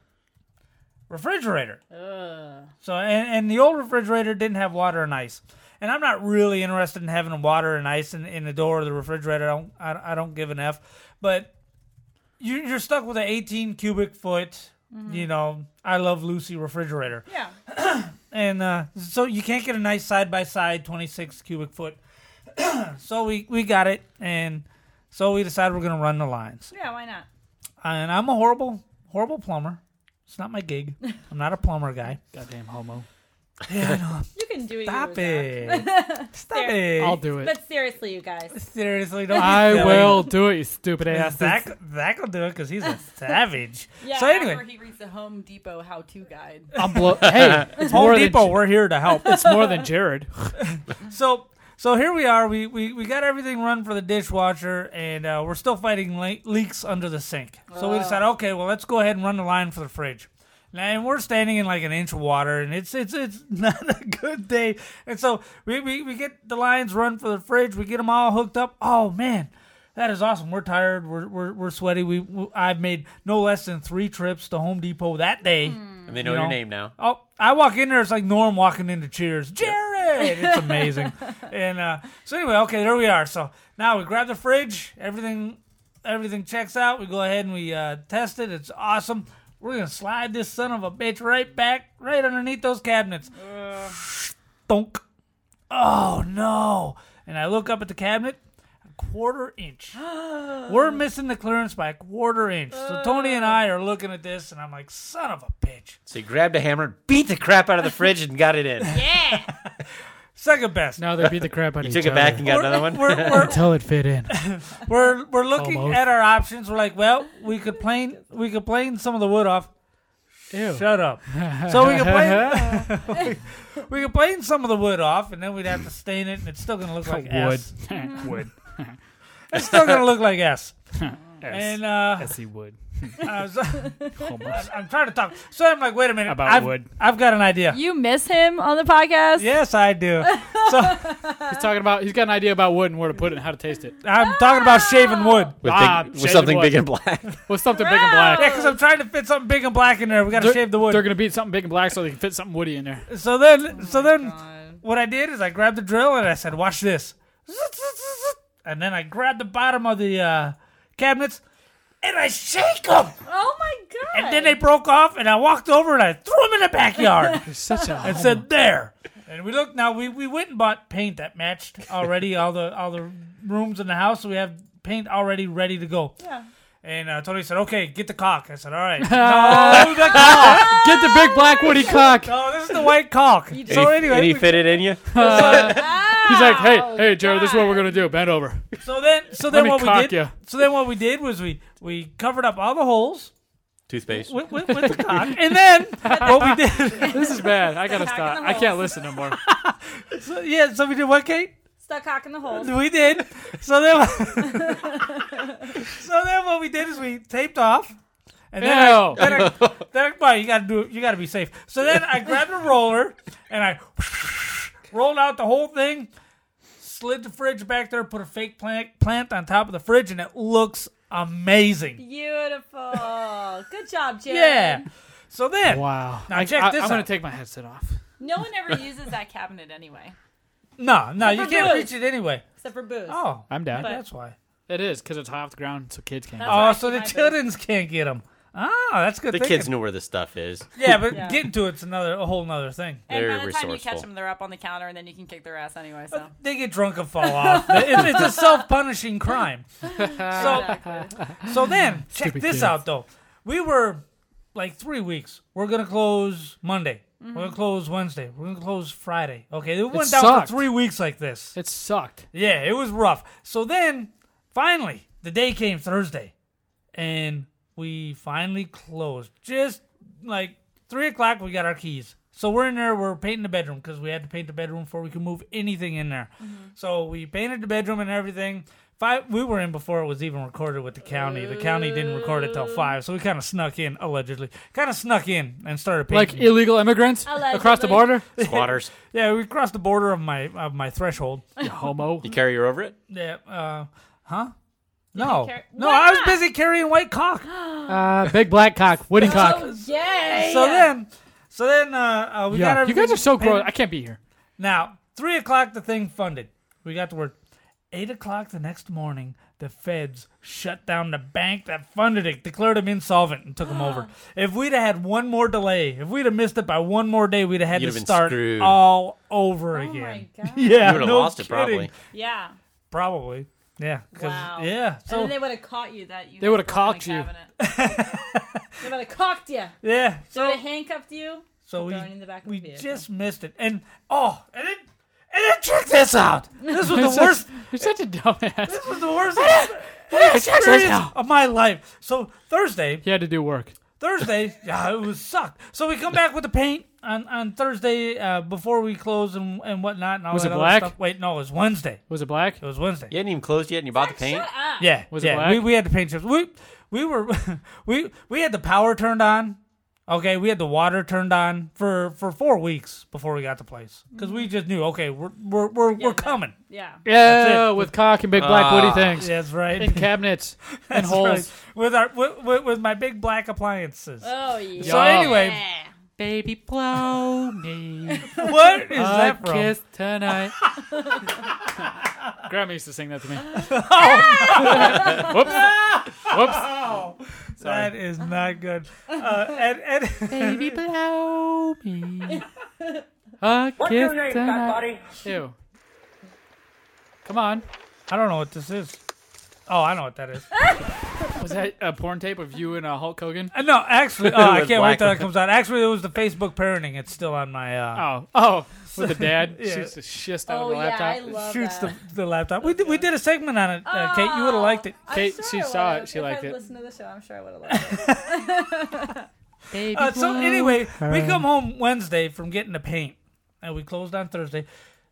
A: refrigerator. So and, and the old refrigerator didn't have water and ice. And I'm not really interested in having water and ice in, in the door of the refrigerator. I don't I, I don't give an f. But you, you're stuck with an 18 cubic foot,
C: Mhm.
A: you know, I love Lucy refrigerator.
I: Yeah.
A: and uh, so you can't get a nice side by side 26 cubic foot. [clears throat] so we we got it, and so we decided we're gonna run the lines.
I: Yeah, why not?
A: And I'm a horrible horrible plumber. It's not my gig. I'm not a plumber guy.
B: [laughs] Goddamn homo.
A: Yeah, I know.
I: You can do it.
A: Stop
I: either,
A: it.
I: Zach.
A: Stop
I: Ser-
A: it. I'll do it.
B: [laughs]
I: But seriously, you guys.
A: [laughs] Seriously, don't.
B: I
A: be silly.
B: will do it, you stupid ass.
A: Zach, Zach will do it because
B: [laughs]
A: he's a savage.
I: Yeah,
A: so anyway,
I: after he reads the Home Depot how-to guide.
B: [laughs]
A: I'm blow- hey, it's Home
B: more than
A: Depot.
B: J-
A: we're here to help.
B: [laughs] It's more
A: [laughs]
B: than Jared.
A: so so here we are. We, we we got everything run for the dishwasher, and uh, we're still fighting le- leaks under the sink. So we
N: Oh.
A: decided, okay, well, let's go ahead and run the line for the fridge. Now, and we're standing in like an inch of water, and it's it's it's [laughs] not a good day. And so we, we, we get the lines run for the fridge. We get them all hooked up. Oh man, that is awesome. We're tired. We're we're, we're sweaty. We, we I've made no less than three trips to Home Depot that day.
H: And they know your name now.
A: Oh, I walk in there. It's like Norm walking into Cheers. Jared, it's amazing. and uh, so anyway, okay, there we are. So now we grab the fridge. Everything, everything checks out. We go ahead and we uh, test it. It's awesome. We're gonna slide this son of a bitch right back, right underneath those cabinets. Thunk. Oh no! And I look up at the cabinet. A quarter inch. We're missing the clearance by a quarter inch. So Tony and I are looking at this, and I'm like, son of a
H: So he grabbed a hammer, beat the crap out
A: [laughs]
H: of the fridge, and got it in.
A: Second best.
B: No, they beat the crap out
H: You
B: of
H: took
B: each
H: it back
B: other.
H: and got We're- another one? [laughs] we're- we're-
B: until it fit [laughs] in.
A: we're we're looking
B: Almost.
A: at our options. We're like, well, we could plane we could plane some of the wood off.
B: Ew.
A: Shut up. So we could plane [laughs] we could plane some of the wood off, and then we'd have to stain it, and it's still gonna look like
B: Oh, [laughs] Wood.
A: S.
B: Wood.
A: It's still gonna look like
B: [laughs]
A: S.
B: S.
A: And uh,
B: S.E. wood.
A: [laughs] I was- [laughs]
B: Almost.
A: I'm trying to talk. So I'm like, wait a minute.
B: About
A: I've,
B: wood.
A: I've got an idea.
I: You miss him on the podcast?
A: Yes, I do.
B: He's talking about. He's got an idea about wood and where to put it and how to taste it.
A: I'm talking about shaven wood.
H: [laughs] With,
B: Ah,
H: big,
B: shaded
H: with something
B: wood.
H: big and black.
B: With something big and black.
A: Yeah, because I'm trying to fit something big and black in there. We got to
B: They're-
A: shave the wood.
B: They're gonna beat something big and black so they can fit something woody in there.
A: So then,
H: Oh
A: so then,
I: Oh
A: what I did is I grabbed the drill and I said, "Watch this," and then I grabbed the bottom of the uh, cabinets and I shake them,
I: Oh my god.
A: and then they broke off, and I walked over and I threw them in the backyard.
B: You're such a [laughs]
A: and said, "There." And we looked. Now we, we went and bought paint that matched already all the all the rooms in the house. So we have paint already ready to go.
I: Yeah.
A: And uh, Tony said, "Okay, get the cock." I said, "All
B: [laughs]
A: right." no, the cock.
B: Get the big black woody [laughs] cock.
A: No, this is the white cock. [laughs]
H: And
A: So
H: he-
A: anyway,
H: and he
A: we-
H: fit it in you.
B: [laughs] He's like, hey, hey, Jared, this is what we're gonna do. Bend over.
A: So then, so
B: Let
A: then
B: me
A: what we
B: cock
A: did?
B: ya.
A: So then what we did was we we covered up all the holes
H: Toothpaste.
A: with, with, with the cock, and then what we did. [laughs]
B: [laughs] this is bad. I gotta stop. I can't listen no more.
A: So, yeah, so we did what, Kate?
I: Stuck cock in the hole.
A: We did. So then, [laughs] so then what we did is we taped off. And then, I,
B: Ew.
A: then, I, then I- well, you gotta do, you gotta be safe. So then I grabbed a roller and I [laughs] rolled out the whole thing, slid the fridge back there, put a fake plant plant on top of the fridge, and it looks amazing.
I: Beautiful. Good job, Jared.
A: Yeah. So then,
B: [laughs] Wow.
A: Now
B: I,
A: check
B: I,
A: this
B: I'm gonna
A: out.
B: take my headset off.
I: No one ever uses that cabinet anyway.
A: No, no,
I: Except
A: you
I: for
A: can't
I: booze.
A: reach it anyway.
I: Except for booze.
A: Oh,
B: I'm down.
I: But-
A: That's why.
B: It is because it's high off the ground, so kids can't.
I: That's
A: Oh,
I: why
A: so
I: I
A: the
I: keep my
A: childrens can't get them. Oh, that's good.
H: The
A: thinking.
H: kids know where this
A: [laughs]
H: stuff is.
A: Yeah, but
I: Yeah.
A: getting to it's another a whole nother thing.
I: And
H: Very
I: by the time you catch
H: resourceful.
I: them, they're up on the counter, and then you can kick their ass anyway. So
A: They get drunk and fall off. it's, it's a self punishing
I: [laughs]
A: crime. So,
I: Exactly.
A: so then check
I: Stupid
A: this
I: kids.
A: out though. We were like three weeks. We're gonna close Monday. We're
I: Mm-hmm.
A: gonna close Wednesday. We're gonna close Friday. Okay, it went down
B: sucked.
A: for three weeks like this.
B: It sucked.
A: Yeah, it was rough. So then, finally, the day came Thursday, and we finally closed. Just like three o'clock, we got our keys. So we're in there. We're painting the bedroom because we had to paint the bedroom before we could move anything in there. So we painted the bedroom and everything. Five. We were in before it was even recorded with the county. The county didn't record it till five, so we kind of snuck in allegedly. Kind of snuck in and started
B: Like
A: painting.
B: illegal immigrants across the [laughs] border?
H: Squatters.
A: yeah, we crossed the border of my of my threshold.
B: [laughs] homo.
H: You carry her over it?
A: Yeah. Uh, huh? No.
I: carry-
A: no,
I: Why
A: I was busy carrying white
I: [gasps]
A: cock.
B: Uh, big black [laughs] cock, woody cock.
I: yay!
A: So then, so then uh, uh, we
B: Yeah,
A: got
B: you guys
A: everything
B: are so gross.
A: painted.
B: I can't be here.
A: Now, three o'clock, the thing funded. We got the word. Eight o'clock the next morning, the feds shut down the bank that funded it, declared them insolvent, and took them over.
I: [gasps]
A: If we'd have had one more delay, if we'd have missed it by one more day, we'd have had
H: You'd
A: to
H: have been
A: start
H: screwed.
A: all over
I: Oh
A: again. [laughs] Yeah,
H: You would've
A: no
H: lost it,
A: kidding.
H: probably.
I: Yeah.
A: Probably. Yeah. 'cause-
I: Wow.
A: Yeah. So
I: and then they would have caught you that you.
A: They would have
I: broken
A: cocked
I: the
A: you.
I: cabinet.
A: [laughs]
I: they would have cocked you.
A: Yeah,
I: So they handcuffed you.
A: So we,
I: going in the back of
A: we
I: the vehicle.
A: just missed it. And oh, and it and it tricked us out. This
B: [laughs]
A: was the worst
B: You're such a [laughs] dumbass.
A: This was the
B: [laughs]
A: worst experience of my life. So Thursday,
B: he had to do work.
A: Thursday, yeah, it was sucked. So we come back with the paint on, on Thursday uh, before we close and, and whatnot and all
B: Was
A: that
B: it
A: other
B: black?
A: stuff. Wait, no, it was Wednesday.
B: Was it black?
A: It was Wednesday.
H: You hadn't even closed yet and you bought the paint?
A: Yeah,
H: Was it
A: yeah.
H: black?
A: We, we had the paint chips. We we were [laughs] we we had the power turned on. Okay, we had the water turned on for for four weeks before we got the place because we just knew. Okay, we're we're we're, we're coming.
I: Yeah.
B: Yeah, with cock and big black woody
A: [laughs]
B: things.
A: That's right.
B: In cabinets
A: Ah. [laughs]
B: and
A: That's
B: holes.
A: right. with our with, with, with my big black appliances.
I: Oh, yeah.
A: So anyway,
B: Baby, blow me.
A: [laughs] what is
B: A
A: that from?
B: kiss tonight. [laughs] Grandma used to sing that to me. Whoops. Whoops.
A: That is not good. Uh, and, and [laughs]
B: Baby, blow me. [laughs] A
A: What's
B: kiss
A: your name, fat
B: tonight.
A: body?
B: Ew. Come on.
A: I don't know what this is. Oh, I know what that is.
B: Was that a porn tape of you and uh, Hulk Hogan?
A: Uh, No,
B: [laughs]
A: actually, oh, I
B: With
A: can't
B: black-
A: wait till that comes out. Actually, it was the Facebook parenting. It's still on my. Uh,
B: Oh, oh, with the
A: [laughs]
B: dad shoots the shit out of the laptop.
A: shoots The, the laptop. We did, we did a segment on it, uh, Kate. You would have liked it.
B: Kate, she saw it. She liked it.
I: Listen to the show. I'm sure I would have liked it. Baby.
A: Uh, so anyway, we come home Wednesday from getting the paint, and we closed on Thursday.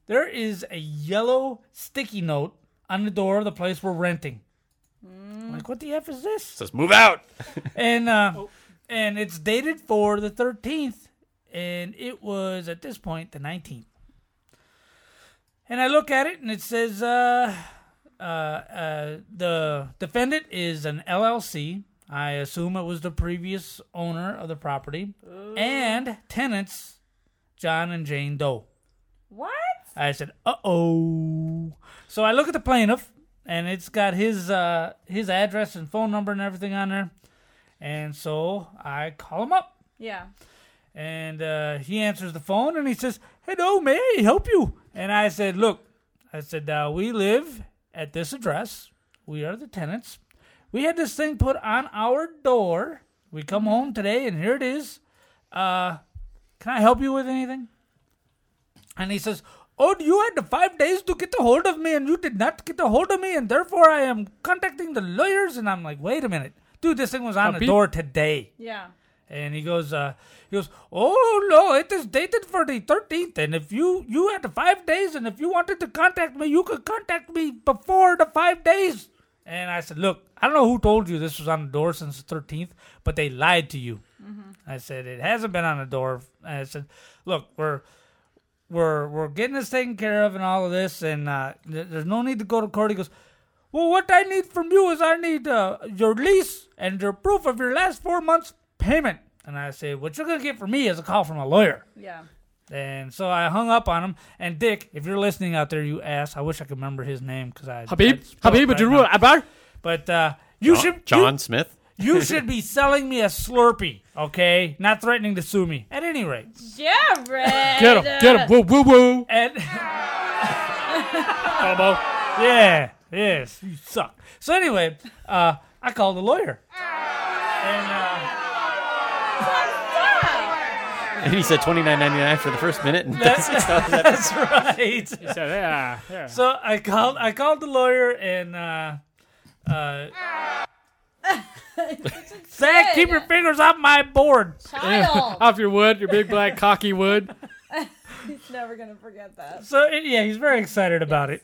A: There is a yellow sticky note on the door of the place we're renting. I'm Like, what the f is this?
H: Says move out.
A: and uh, and it's dated for the 13th, and it was at this point the 19th. And I look at it, and it says uh, uh, uh, the defendant is an LLC. I assume it was the previous owner of the property, and tenants John and Jane Doe.
I: What?
A: I said, "Uh oh." So I look at the plaintiff, and it's got his uh, his address and phone number and everything on there. And so I call him up,
I: Yeah.
A: and uh, he answers the phone, and he says, "Hello, may I help you?" And I said, "Look, I said uh, we live at this address. We are the tenants. We had this thing put on our door. We come home today, and here it is. Uh, can I help you with anything?" And he says, Oh, you had five days to get a hold of me, and you did not get a hold of me, and therefore I am contacting the lawyers. And I'm like, Wait a minute. Dude, this thing was on the
B: Puppy?
A: door today.
I: Yeah.
A: And he goes, uh, he goes, oh no, it is dated for the thirteenth, and if you you had five days, and if you wanted to contact me, you could contact me before the five days. And I said, look, I don't know who told you this was on the door since the thirteenth, but they lied to you. I said it hasn't been on the door. I said, look, we're we're we're getting this taken care of and all of this, and uh, th- there's no need to go to court. He goes, well, what I need from you is I need uh, your lease and your proof of your last four months payment. And I said, what you're gonna get from me is a call from a lawyer.
I: Yeah.
A: And so I hung up on him. And Dick, if you're listening out there, you ass, I wish I could remember his name because I
B: Habib?
A: I spelled it
B: Habib
A: right
B: Abdul
A: now.
B: Abar?
A: But uh, you
H: John,
A: should
H: Oh, John Smith.
A: [laughs] you, you should be selling me a Slurpee, okay? Not threatening to sue me. At any rate.
I: Jared.
A: Get 'em, get
I: uh,
A: 'em, woo, woo, woo. And
B: [laughs] Elbow.
A: [laughs] Yeah, yes, you suck. So anyway, uh, I called the lawyer.
H: And he said twenty nine ninety nine for the first minute and
A: That's,
H: [laughs] six dollars
A: that's uh, [laughs] right.
B: yeah, yeah.
A: So I called I called the lawyer and uh, uh, Zach, keep your fingers off my board.
I: Child.
B: [laughs] Off your wood, your big black cocky wood.
I: He's never gonna forget that.
A: So and yeah, he's very excited about it.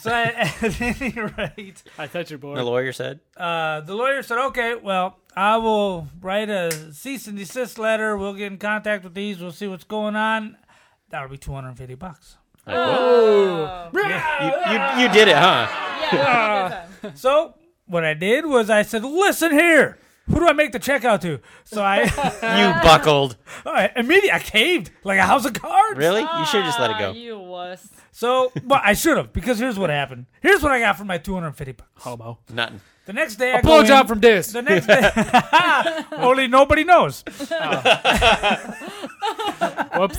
A: So [laughs] at, at any rate,
B: I thought you bored.
H: The lawyer said.
A: uh, the lawyer said, "Okay, well, I will write a cease and desist letter. We'll get in contact with these. We'll see what's going on. That'll be two hundred and fifty bucks."
H: Like,
I: Oh.
H: whoa. You, you, you did it, huh?
A: so what I did was I said, "Listen here, who do I make the check out to?" So I
I: Uh,
H: You buckled.
A: I immediately I caved like a house of cards.
H: Really? You should just let it go.
I: uh, You wuss.
A: So, well, I should have because here's what happened. Here's what I got for my 250 bucks.
B: Hobo.
H: Nothing.
A: The next day,
B: A
A: I go in-
B: blowjob from
A: [laughs]
B: Diz.
A: The next day, [laughs] only nobody knows.
B: Whoops.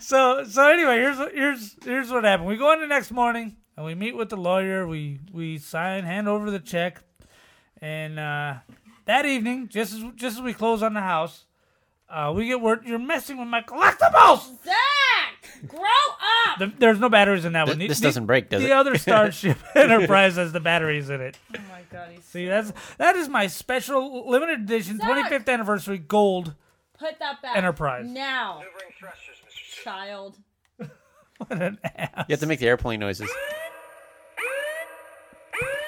A: So, so anyway, here's here's here's what happened. We go in the next morning and we meet with the lawyer. We we sign, hand over the check, and uh, that evening, just as just as we close on the house, uh, we get word you're messing with my collectibles.
I: Zach, grow up.
A: The- there's no batteries in that
H: Th-
A: one. The-
H: this
A: the-
H: doesn't break, does
A: the
H: it?
A: other
H: [laughs]
A: Starship Enterprise has the batteries in it.
I: Oh my god, he's
A: See, that's that is my special limited edition
I: Zach!
A: 25th anniversary gold. [laughs]
I: put that back.
A: Enterprise.
I: now. Child.
A: What an ass.
H: You have to make the airplane noises.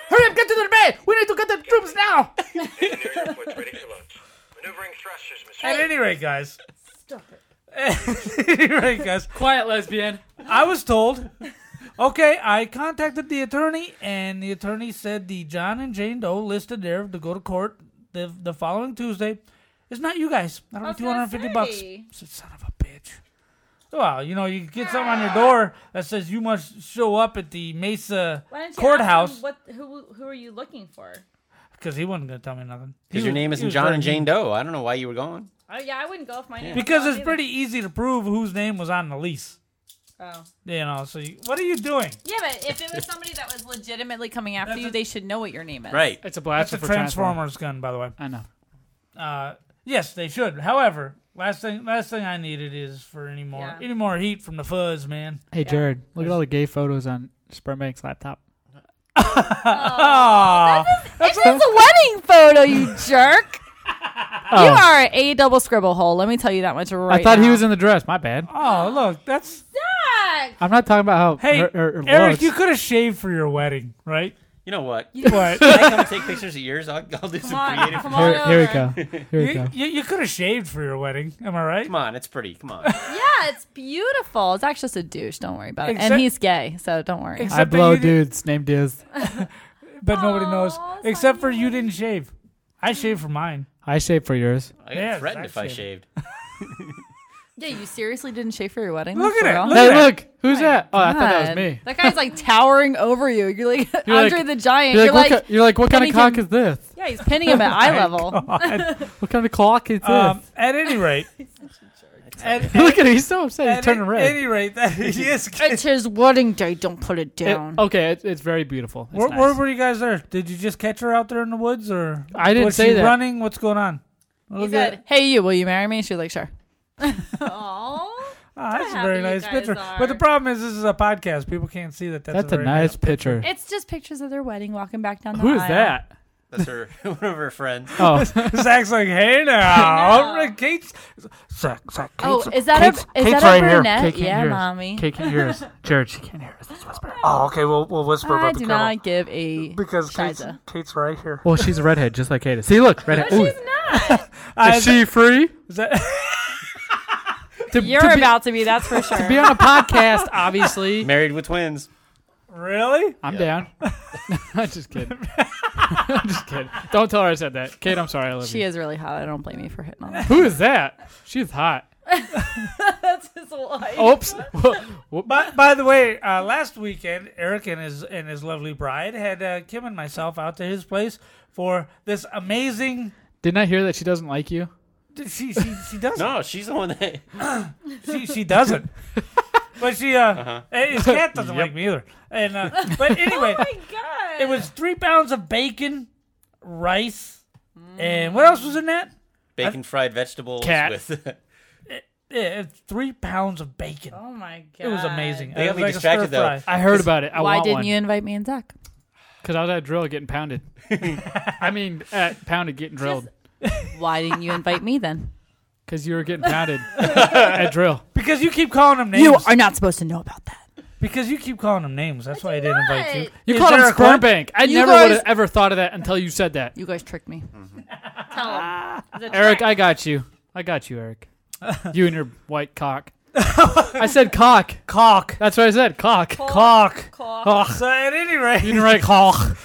B: Hurry up, get to the bed. We need to get the troops now.
A: At any rate, guys.
I: Stop it.
A: [laughs] At any rate, guys.
B: Quiet lesbian.
A: I was told. Okay, I contacted the attorney, and the attorney said the John and Jane Doe listed there to go to court the the following Tuesday. It's not you guys. That'll
I: I
A: be
I: was
A: two
I: gonna
A: hundred fifty bucks.
I: say.
A: Son of a bitch. Well, you know, you get something on your door that says you must show up at the Mesa
I: Why don't you
A: courthouse.
I: Ask him what? Who? Who are you looking for?
A: Because he wasn't going to tell me nothing. He
H: Because your
A: was-
H: name
A: he
H: isn't
A: was
H: John
A: very
H: and
A: mean.
H: Jane Doe. I don't know why you were going.
I: Oh yeah, I wouldn't go if my name. was
A: Because
I: Bob
A: it's
I: either.
A: pretty easy to prove whose name was on the lease.
I: Oh.
A: You know, so you, what are you doing?
I: Yeah, but if it was somebody that was legitimately coming after you, they should know what your name is.
H: Right.
B: It's a
A: That's
B: blaster
A: a
B: for Transformer.
A: Transformers gun, by the way.
B: I know.
A: Uh, yes, they should. However, last thing last thing I needed is for any more
I: Yeah.
A: any more heat from the fuzz, man.
B: Hey Jared, look at all the gay photos on Spermank's laptop.
A: [laughs] Ah,
I: It's just a wedding photo, you jerk. You are a double scribble hole. Let me tell you that much right
B: Oh. I thought he
I: now.
B: was in the dress. My bad.
A: oh, look, that's
I: Zach!
B: I'm not talking about how.
A: hey
B: her- her- her
A: Eric.
B: looks.
A: You could have shaved for your wedding, right?
H: You know what? Can
A: What?
H: I come take pictures of yours? I'll, I'll do some
I: on,
H: creative. [laughs]
I: come on.
B: Here, here we go.
I: over.
B: Here we
A: you
B: go.
A: you, you could have shaved for your wedding. Am I right?
H: Come on, it's pretty. Come on.
I: Yeah, it's beautiful. Zach's just a douche. Don't worry about it.
A: Except-
I: and he's gay, so don't worry.
A: Except
B: I
A: that
B: blow
A: you did-
B: dudes named Diz.
A: but nobody knows
I: Aw, it's
A: except
I: not
A: for you
I: you.
A: didn't shave. I shaved for mine.
B: I shape for yours.
H: I got
A: Yeah,
H: threatened
A: it's
H: if I
A: actually-
H: [laughs] shaved.
I: yeah, you seriously didn't shave for your wedding?
A: Look
I: That's
A: at it.
I: real?
A: Look at
B: Hey,
A: that.
B: look, who's that? Oh, I thought that was
I: God.
B: me.
I: That guy's like towering over you. You're like
B: You're like-
I: Andre the Giant.
B: You're like, what ki- you're like, what kind of
I: pinning
B: cock
I: him-
B: is this?
I: yeah, he's
B: [laughs]
I: pinning him at eye level.
B: What kind of clock is this?
A: Um, at any rate, at, at,
B: [laughs] Look at him. He's so upset.
A: at
B: He's turning red.
A: any rate, that [laughs] he is.
I: It's his wedding day. Don't put it
B: It-
I: down.
B: okay, it, it's very beautiful. It's
A: Where,
B: nice.
A: where were you guys there? Did you just catch her out there in the woods, or
B: I didn't
A: was
B: say
A: she
B: that.
A: Running? What's going on?
B: [laughs]
I: he said, "Hey, you, will you marry me?" She was like, "Sure." Aww.
A: Oh, that's a
I: happy
A: very
I: you
A: nice
I: guys
A: picture.
I: are.
A: But the problem is, this is a podcast. People can't see that. That's,
B: That's
A: a,
B: a
A: very
B: nice picture.
I: It's just pictures of their wedding, walking back down the
B: Who is [laughs]
I: aisle.
B: that?
H: That's her, [laughs] one of her friends.
B: Oh,
A: Zach's like,
I: [laughs]
A: hey now, Rick Kate's. Zach, Zach,
I: Oh,
A: Kate's.
I: is that
B: Kate's-
I: a is
B: Kate's
I: that
B: right
I: a
B: here.
I: brunette?
B: Kate can't
I: yeah,
B: hear us.
I: mommy.
B: Kate can hear [laughs] us. Jared, she can't hear us. Let's whisper.
A: oh, okay. We'll we'll whisper
I: I
A: about the
I: do
A: girl
I: not give a
A: because Kate's,
I: shiza.
A: Kate's right here.
B: Well, she's a redhead, just like Ada. See, look, redhead. Ooh,
A: Uh,
B: is she free?
A: [laughs] Zach-
B: To, [laughs]
I: You're
B: to be,
I: about to be, that's for sure.
B: be on a [laughs] podcast, obviously.
H: Married with twins.
A: really?
B: I'm down. [laughs] I'm just kidding. [laughs] I'm just kidding. Don't tell her I said that. Kate, I'm sorry. I love
I: she
B: you.
I: is really hot. I don't blame you for hitting on
B: [laughs]
I: her.
B: Who is that? She's hot.
I: that's his
B: [laughs]
I: wife.
B: Oops.
A: By, by the way, uh, last weekend, Eric and his and his lovely bride had uh, Kim and myself out to his place for this amazing.
B: Didn't I hear that she doesn't like you?
A: She she she does
H: [laughs] No, she's the one that.
A: she she doesn't. but she uh, eh, his cat doesn't like me either. And uh, but anyway,
I: Oh my [laughs] god.
A: it was three pounds of bacon, rice, and what else was in that?
H: [laughs] Bacon fried vegetables
B: Cat.
H: with.
A: Yeah, three pounds of bacon.
I: Oh my god.
A: It was amazing.
H: They
A: It
H: got
A: was
H: me
A: like a
H: distracted,
A: stir fry.
H: though.
B: I heard about it. I
I: Why
B: want
I: didn't
B: one.
I: you invite me and Zach?
B: because I was at drill getting pounded.
A: [laughs]
B: I mean, at pounded getting drilled.
I: Why didn't you invite me then?
B: Because you were getting pounded at drill.
A: Because you keep calling them names.
I: You are not supposed to know about that.
A: Because you keep calling them names. That's why I didn't invite [laughs] you.
B: You
A: Is
B: called
A: there
B: him
A: a clip?
B: sperm bank. I never would have ever thought of that until you said that.
I: You guys tricked me.
B: Ah. Eric, I got you. I got
A: [laughs]
B: you, Eric. you and your white cock. I said cock.
A: Cock.
B: That's what I said. Cock.
A: Cock.
I: Cock.
A: So at any rate,
B: You didn't write cock.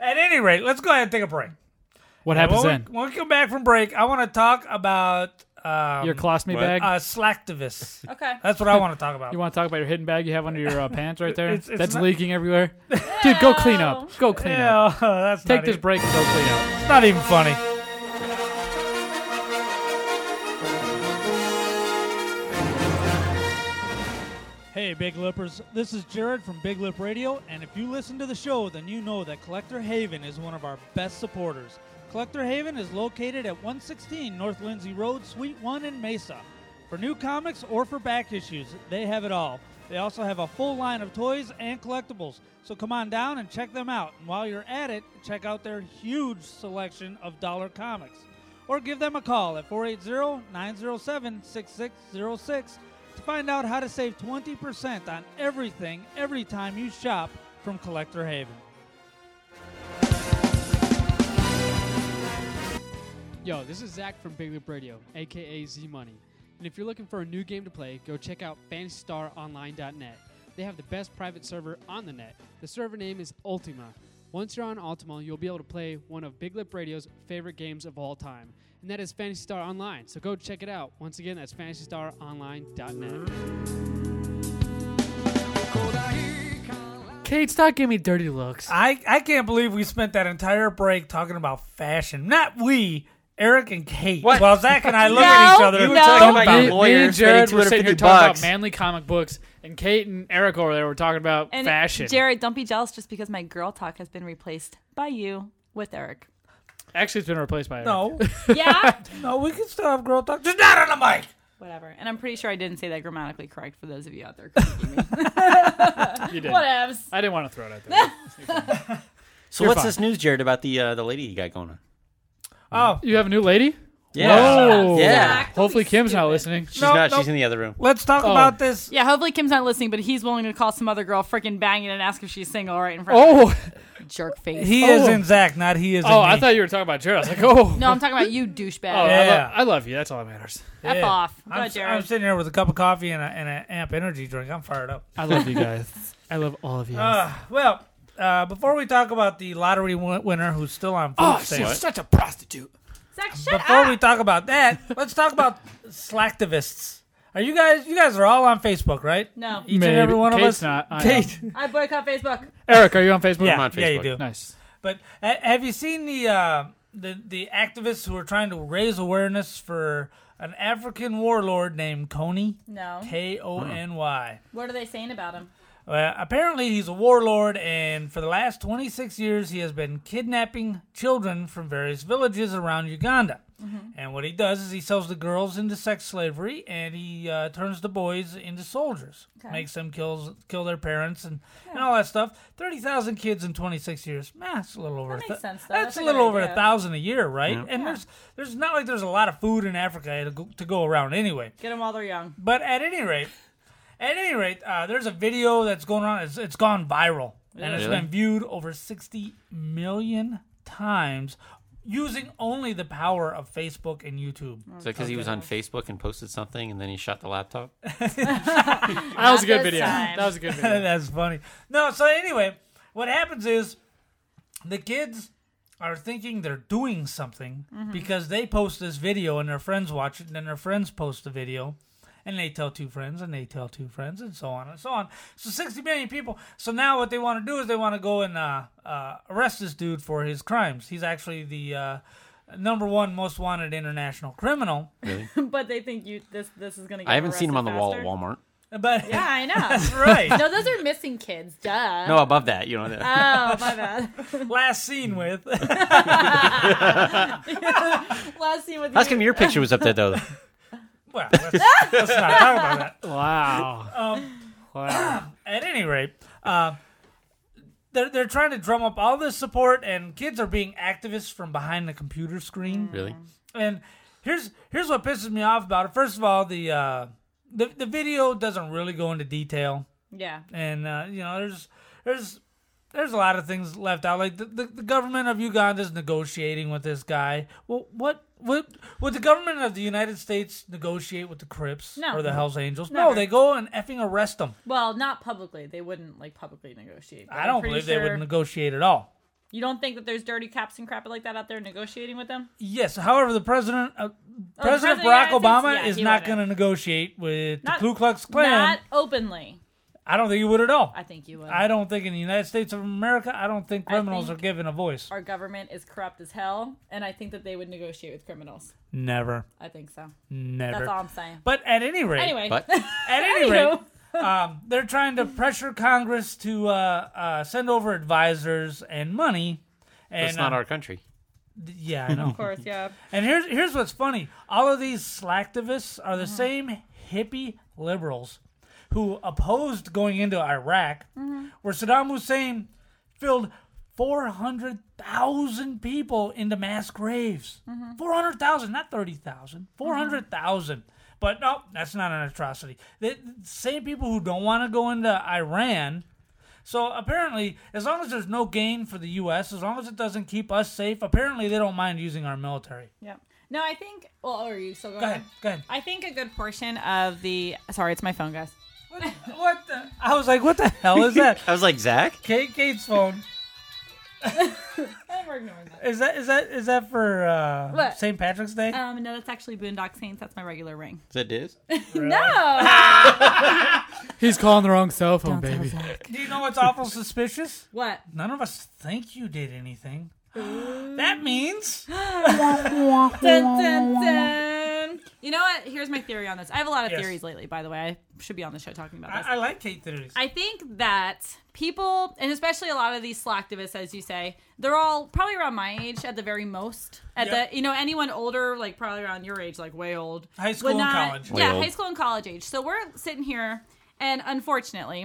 A: At any rate, let's go ahead and take a break.
B: What
A: And
B: happens
A: when
B: then?
A: We, when we come back from break, I want to talk about um,
B: Your colostomy What? bag?
A: uh, slacktivists.
I: Okay.
A: that's what I want to talk [laughs] about.
B: You want to talk about your hidden bag you have under your uh, pants right there?
A: [laughs] It's- it's
B: That's
A: not-
B: leaking everywhere. Dude, go clean up. Go clean up.
A: Ew, [laughs] that's
B: Take
A: not
B: this
A: even-
B: break and go clean up.
A: It's not even funny. Hey, Big Lippers. This is Jared from Big Lip Radio, and if you listen to the show, then you know that Collector Haven is one of our best supporters. Collector Haven is located at 116 North Lindsay Road, Suite 1 in Mesa. For new comics or for back issues, they have it all. They also have a full line of toys and collectibles, so come on down and check them out. And while you're at it, check out their huge selection of dollar comics. Or give them a call at 480 907 6606 to find out how to save 20% on everything every time you shop from Collector Haven.
K: Yo, this is Zach from Big Loop Radio, aka Z Money. And if you're looking for a new game to play, go check out FantasyStarOnline.net. They have the best private server on the net. The server name is Ultima. Once you're on Ultima, you'll be able to play one of Big Lip Radio's favorite games of all time, and that is Fantasy Star Online. So go check it out. Once again, that's FantasyStarOnline.net.
B: Kate, stop giving me dirty looks.
A: I, I can't believe we spent that entire break talking about fashion. Not we, Eric and Kate.
B: What?
A: Well, Zach and I look
B: No,
A: at each other.
B: you
A: and
B: were
A: talk
B: talking about
A: it.
B: Oh, me and Jared were sitting here talking about
A: bucks.
B: manly comic books, and Kate and Eric over there were talking about
I: And
B: fashion.
I: Jared, don't be jealous just because my girl talk has been replaced by you
A: [laughs]
I: with Eric.
B: Actually, it's been replaced by Eric.
A: No.
I: Yeah?
A: no, we can still have girl talk. Just not on the
B: [laughs]
A: mic.
I: Whatever. And I'm pretty sure I didn't say that grammatically correct for those of you
A: [laughs]
I: out there. critiquing me.
B: You did.
I: Whatevs.
B: I didn't want to throw it out
I: [laughs]
B: there.
H: [laughs] So
B: You're
H: what's
B: fine.
H: this news, Jared, about the uh, the lady you got going on?
A: Oh,
B: you have a new lady?
H: Yeah.
B: Whoa.
H: Yeah. Exactly
B: Hopefully, Kim's
A: [laughs]
B: not listening.
H: She's not. She's in the other room.
A: Let's talk
B: Oh.
A: about this.
I: Yeah, hopefully Kim's not listening, but he's willing to call some other girl freaking banging and ask if she's single right in front
B: Oh.
I: of her. Jerk face.
A: He is in Zach, not he is in
B: Oh, I
A: me.
B: thought you were talking about Jared. I was like, oh.
I: No, I'm talking about you, douchebag.
B: [laughs] Oh, I,
A: Yeah.
B: lo- I love you. That's all that matters.
I: F off. Go,
A: I'm, s-
I: Jared.
A: I'm sitting here with a cup of coffee and an and a amp energy drink. I'm fired up.
B: I love you guys. I love all of you.
A: Uh, well, uh, before we talk about the lottery win- winner who's still on food
B: Oh,
A: stamps,
B: a prostitute.
I: Zach, shut
A: before
I: up.
A: we talk about that, let's talk about slacktivists. Are you guys? You guys are all on Facebook, right?
I: No.
A: each
B: Maybe.
A: and every one of
B: Kate's
A: us.
B: not. I
A: Kate,
I: I boycott Facebook.
B: Eric, are you on Facebook?
A: Yeah,
B: I'm on Facebook.
A: yeah, you do.
B: Nice.
A: But uh, have you seen the uh, the the activists who are trying to raise awareness for an African warlord named Kony?
I: No.
A: K O N Y.
I: What are they saying about him?
A: Well, Uh, apparently he's a warlord, and for the last 26 years, he has been kidnapping children from various villages around Uganda.
I: Mm-hmm.
A: And what he does is he sells the girls into sex slavery, and he uh, turns the boys into soldiers,
C: Okay.
A: makes them kills kill their parents and, and all that stuff. Thirty thousand kids in 26 years. Nah, that's a little over.
I: That
A: a
I: makes sense, though.
A: That's,
I: That's
A: a
I: a
A: little
I: good
A: over a
I: idea.
A: thousand a year, right?
H: Yeah.
A: And there's there's not like there's a lot of food in Africa to go, to go around anyway.
I: Get them while they're young. [laughs]
A: But at any rate, at any rate, uh, there's a video that's going on. It's, it's gone viral and it's
H: Really?
A: been viewed over 60 million times using only the power of Facebook and YouTube.
H: Is that because he was on Facebook and posted something and then he shot the laptop?
B: That was a good video. That was a good video.
A: [laughs] That's funny. No, so anyway, what happens is the kids are thinking they're doing something
C: Mhm.
A: because they post this video and their friends watch it, and then their friends post the video, and they tell two friends, and they tell two friends, and so on and so on. So sixty million people. So now what they want to do is they want to go and uh, uh, arrest this dude for his crimes. He's actually the uh, number one most wanted international criminal.
H: Really?
I: but they think you this this is gonna. Get
H: I haven't seen him on the
I: arrested
H: wall at
I: faster.
H: Walmart.
A: But
I: Yeah, I know.
A: [laughs] That's right.
I: [laughs] no, those are missing kids. Duh.
H: No, above that, you know.
I: [laughs] Oh,
A: [laughs]
I: my bad.
A: Last scene with. [laughs]
I: Last scene with.
H: How
I: you.
H: come your picture was up there though?
A: Well, let's, let's not talk about that.
B: Wow.
A: Um, At any rate, uh, They're, they're trying to drum up all this support, and kids are being activists from behind the computer screen.
H: Really?
A: And here's here's what pisses me off about it. First of all, the uh, the the video doesn't really go into detail,
I: Yeah.
A: and uh, you know there's there's there's a lot of things left out. Like the, the, the government of Uganda is negotiating with this guy. Well, what what would the government of the United States negotiate with the Crips
I: No.
A: or the Hell's Angels? No,
I: Never.
A: they go and effing arrest them.
I: Well, not publicly. They wouldn't like publicly negotiate. but
A: I
I: I'm
A: don't
I: pretty
A: believe they
I: sure-
A: would negotiate at all.
I: You don't think that there's dirty cops and crap like that out there negotiating with them?
A: Yes. However, the president, uh,
I: the
A: President
I: president
A: Barack
I: of the United
A: Obama
I: States? Yeah,
A: is
I: he
A: not
I: wouldn't.
A: going to negotiate with
I: Not-
A: the Ku Klux Klan.
I: Not openly.
A: I don't think he would at all.
I: I think you would.
A: I don't think in the United States of America, I don't think
I: I
A: criminals
I: think-
A: are given a voice.
I: Our government is corrupt as hell, and I think that they would negotiate with criminals.
A: Never.
I: I think so.
A: Never.
I: That's all I'm saying.
A: But at any rate,
I: Anyway. [laughs] But-
A: at any rate, um, they're trying to pressure Congress to uh, uh, send over advisors and money. And,
H: That's not
A: uh,
H: our country.
A: Yeah, I know.
I: [laughs] Of course, yeah.
A: And here's here's what's funny. All of these slacktivists are the same hippie liberals who opposed going into Iraq,
C: Mhm.
A: where Saddam Hussein filled 400,000 people into mass graves. 400,000, not 30,000. 400,000. But no, that's not an atrocity. The the same people who don't want to go into Iran. So apparently, as long as there's no gain for the U.S., as long as it doesn't keep us safe, apparently they don't mind using our military.
I: Yeah. No, I think. Well, are you still going?
A: Go ahead. Go ahead.
I: I think a good portion of the. Sorry, it's my phone, guys.
A: What, what the? I was like, what the hell is [laughs] that?
H: I was like, Zach?
A: Kate Kate's phone.
I: We're ignoring that.
A: Is that is that is that for uh,
I: What?
A: St. Patrick's Day?
I: Um, no, that's actually Boondock Saints. That's my regular ring.
H: Is that is?
A: [laughs]
I: no. [laughs]
B: He's calling the wrong cell phone, baby.
A: Do you know what's [laughs] awful suspicious? [laughs]
I: What?
A: None of us think you did
I: [gasps]
A: anything. that means.
I: Dun, dun, dun. You know what? Here's my theory on this. I have a lot of
A: Yes.
I: theories lately, by the way. I should be on the show talking about this.
A: I, I like Kate theories.
I: I think that people, and especially a lot of these slacktivists, as you say, they're all probably around my age at the very most. At
A: Yep.
I: the you know anyone older, like probably around your age, like way old,
A: High school
I: would
A: and
I: not-
A: college. Way
I: Yeah,
A: old.
I: high school and college age. So we're sitting here, and unfortunately,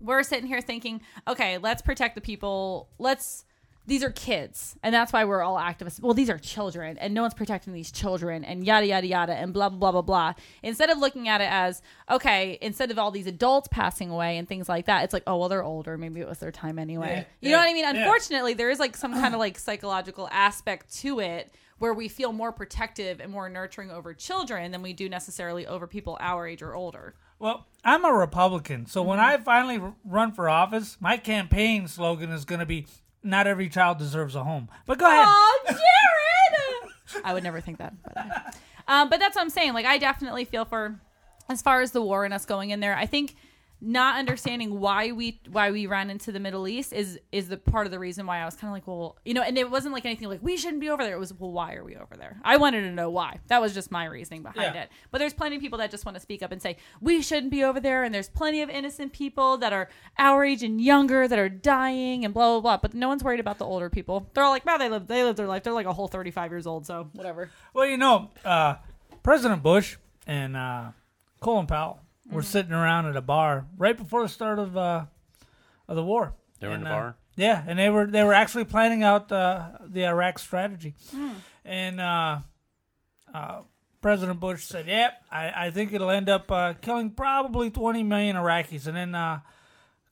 I: we're sitting here thinking, okay, let's protect the people. Let's these are kids, and that's why we're all activists. Well, these are children, and no one's protecting these children, and yada yada yada, and blah blah blah blah blah. Instead of looking at it as okay, instead of all these adults passing away and things like that, it's like oh well, they're older. Maybe it was their time anyway.
N: Yeah,
I: you know
N: yeah,
I: what I mean?
N: yeah.
I: Unfortunately, there is like some
N: [clears throat]
I: kind of like psychological aspect to it where we feel more protective and more nurturing over children than we do necessarily over people our age or older.
A: Well, I'm a Republican, so when
I: Mm-hmm.
A: I finally r- run for office, my campaign slogan is going to be "Not every child deserves a home." But go ahead.
I: [laughs] Oh, Jared! I would never think that. But, um, but that's what I'm saying. Like, I definitely feel for, as far as the war and us going in there, I think not understanding why we why we ran into the Middle East is is the part of the reason why I was kind of like, well, you know, and it wasn't like anything like we shouldn't be over there. It was, well, why are we over there? I wanted to know why. That was just my reasoning behind
N: Yeah.
I: it. But there's plenty of people that just want to speak up and say we shouldn't be over there, and there's plenty of innocent people that are our age and younger that are dying and blah blah blah. But no one's worried about the older people. They're all like, wow, they live they live their life. They're like a whole 35 years old, so whatever.
A: Well, you know, uh, President Bush and uh, Colin Powell were sitting around at a bar right before the start of uh, of the war.
H: They were in
A: And,
H: the
A: uh,
H: bar?
A: yeah, and they were they were actually planning out uh, the Iraq strategy,
C: Hmm.
A: and uh, uh, President Bush said, "Yep, I, I think it'll end up uh, killing probably 20 million Iraqis," and then. Uh,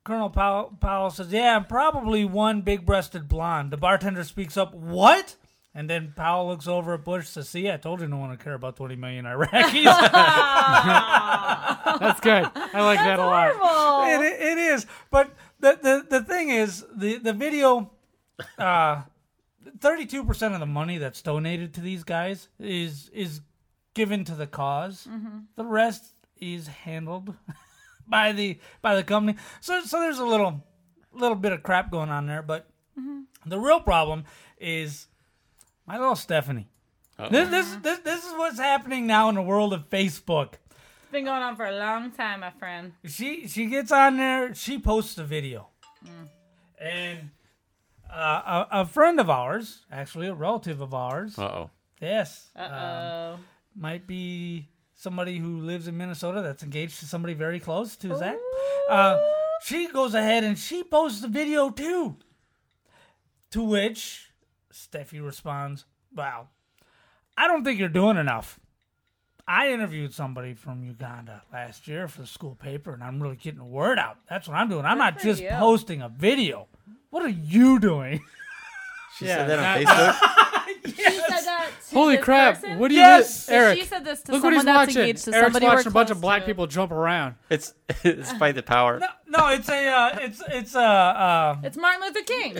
A: Colonel Powell, Powell says, "Yeah, and probably one big-breasted blonde." The bartender speaks up, "What?" And then Powell looks over at Bush says, "See, I told you no one would care about 20 million Iraqis."
B: That's good. I like that a lot.
A: It, it is, but the, the the thing is, the the video, uh, thirty-two percent of the money that's donated to these guys is is given to the because
C: Mhm.
A: The rest is handled [laughs] by the by the company. So so there's a little little bit of crap going on there, but
C: Mhm.
A: the real problem is my little Stephanie. This, this this this is what's happening now in the world of Facebook.
I: It's been going on for a long time, my [laughs] friend.
A: She she gets on there. She posts a video, and uh, a, a friend of ours, actually a relative of ours.
H: Uh-oh.
A: Yes. um,
I: Uh-oh.
A: might be somebody who lives in Minnesota that's engaged to somebody very close to Zach. Uh, she goes ahead and she posts the video too. To which Steffi responds, Wow, I don't think you're doing enough. I interviewed somebody from Uganda last year for the school paper, and I'm really getting the word out. That's what I'm doing. I'm not
I: for
A: just
I: you.
A: posting a video. What are you doing? [laughs]
H: She
A: Yeah,
H: said that on
A: that-
H: Facebook.
I: She said that to
B: Holy
I: this
B: crap!
I: person?
B: What do you
I: yes.
B: miss, Eric?
I: She said this to
B: Look what
I: someone
B: he's
I: that's
B: watching.
I: engaged to
B: Eric's
I: somebody
B: watching
I: we're
B: a bunch
I: close
B: of black
I: to.
B: people jump around.
H: [laughs] It's [laughs] it's fight the power.
A: No, it's a uh, it's it's a. Uh,
I: It's Martin Luther
B: [laughs]
I: King.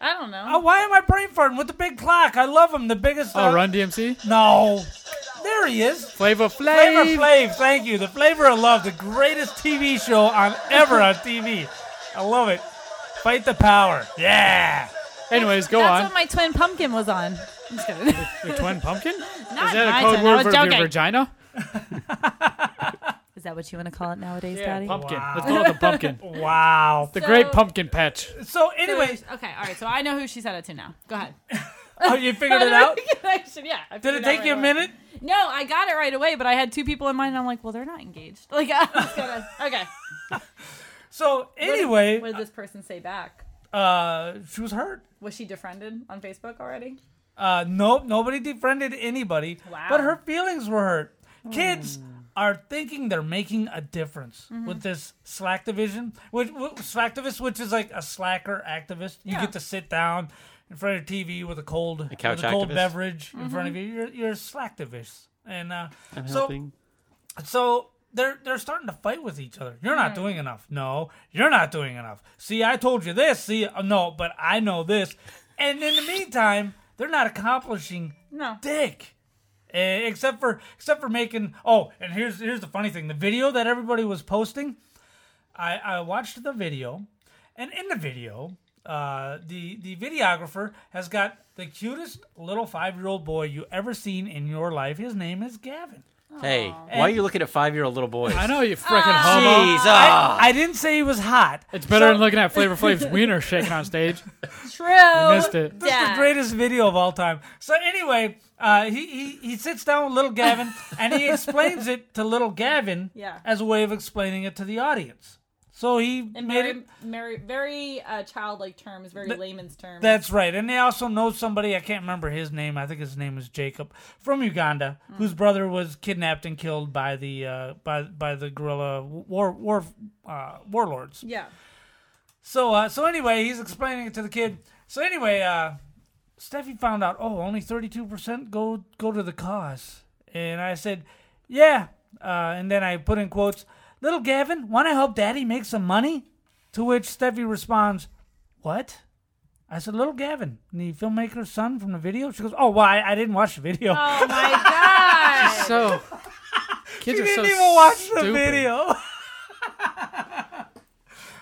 I: I don't know.
A: oh, why am I brain farting with the big clock? I love him, the biggest.
B: Oh,
A: uh,
B: Run DMC.
A: No, there he is.
B: Flavor
A: Flavor
B: Flav.
A: Flav, thank you. The Flavor of Love, the greatest TV show on ever on TV. I love it. Fight the power. Yeah.
B: Anyways, go on.
I: That's what my twin pumpkin was on. I'm
B: [laughs]
I: just kidding.
B: Your
I: [laughs]
B: twin pumpkin?
I: Not
B: Is that
I: my
B: a code
I: twin, I
B: word
I: was
B: for
I: joking.
B: your vagina?
I: Is that what you want to call it nowadays,
B: Yeah,
I: Daddy?
B: pumpkin. Let's call it the pumpkin.
I: [laughs]
A: Wow.
B: The
I: So-
B: great pumpkin
I: [laughs]
B: patch.
A: So,
I: anyways, okay, all right. So I know who she said it to now.
B: [laughs]
I: Go ahead.
A: Oh, you figured it
I: [laughs]
A: out?
I: Connection, yeah. I
A: Did
I: figured
A: it
I: out
A: take
I: right
A: you a
I: away.
A: minute?
I: No, I got it right away, but I had two people in mind, and I'm like, well, they're not engaged. [laughs] Like, I was
B: [laughs]
I: gonna, okay.
A: So
I: What did-
A: anyway,
I: what did, this person say back?
A: uh, she was hurt.
I: Was she defriended on Facebook already?
A: Uh, nope, nobody defriended anybody.
I: Wow. Hmm.
A: But her feelings were hurt. Kids are thinking they're making a difference
I: Mm-hmm.
A: with this Slack division, which, which Slacktivist, which is like a slacker activist. You
I: Yeah.
A: get to sit down in front of your TV with a cold,
H: couch
A: with a cold
H: activist.
A: beverage in front
I: Mhm.
A: of you. You're you're a Slacktivist, and uh,
H: I'm
A: so
H: helping.
A: so they're they're starting to fight with each other. You're not doing enough. No, you're not doing enough. See, I told you this. See, uh, no, but I know this. And in the meantime, they're not accomplishing
I: No.
A: dick. Eh, except for except for making oh, and here's here's the funny thing. The video that everybody was posting, I I watched the video, and in the video, uh, the the videographer has got the cutest little five year old boy you ever seen in your life. His name is Gavin.
H: Hey, why are you looking at five year old little boys?
B: I know you freaking homo.
H: Jeez,
A: I,
H: ah.
A: I didn't say he was hot.
B: It's better
A: So-
B: than looking at
I: [laughs]
B: Flavor Flav's wiener shaking on stage.
I: True.
B: You missed it.
A: This is the greatest video of all time. So anyway, uh, he, he he sits down with little
B: [laughs]
A: Gavin and he explains it to little Gavin
I: Yeah.
A: as a way of explaining it to the audience. So he
I: In
A: made
I: very,
A: it.
I: very, very uh, childlike terms, very layman's terms.
A: That's right, and they also know somebody. I can't remember his name. I think his name was Jacob from Uganda,
I: Mm.
A: whose brother was kidnapped and killed by the uh, by by the guerrilla war war uh, warlords.
I: yeah.
A: So uh, so anyway, he's explaining it to the kid. So anyway, uh, Steffi found out. Oh, only thirty two percent go go to the cause. And I said, yeah. Uh, and then I put in quotes, "Little Gavin, want to help Daddy make some money?" To which Steffi responds, "What?" I said, "Little Gavin, the filmmaker's son from the video." She goes, "Oh, well, I, I didn't watch the video.
I: Oh my god. [laughs]
B: So
A: she
B: kids are
A: didn't
B: so
A: even watch the [laughs]
B: stupid.
A: video."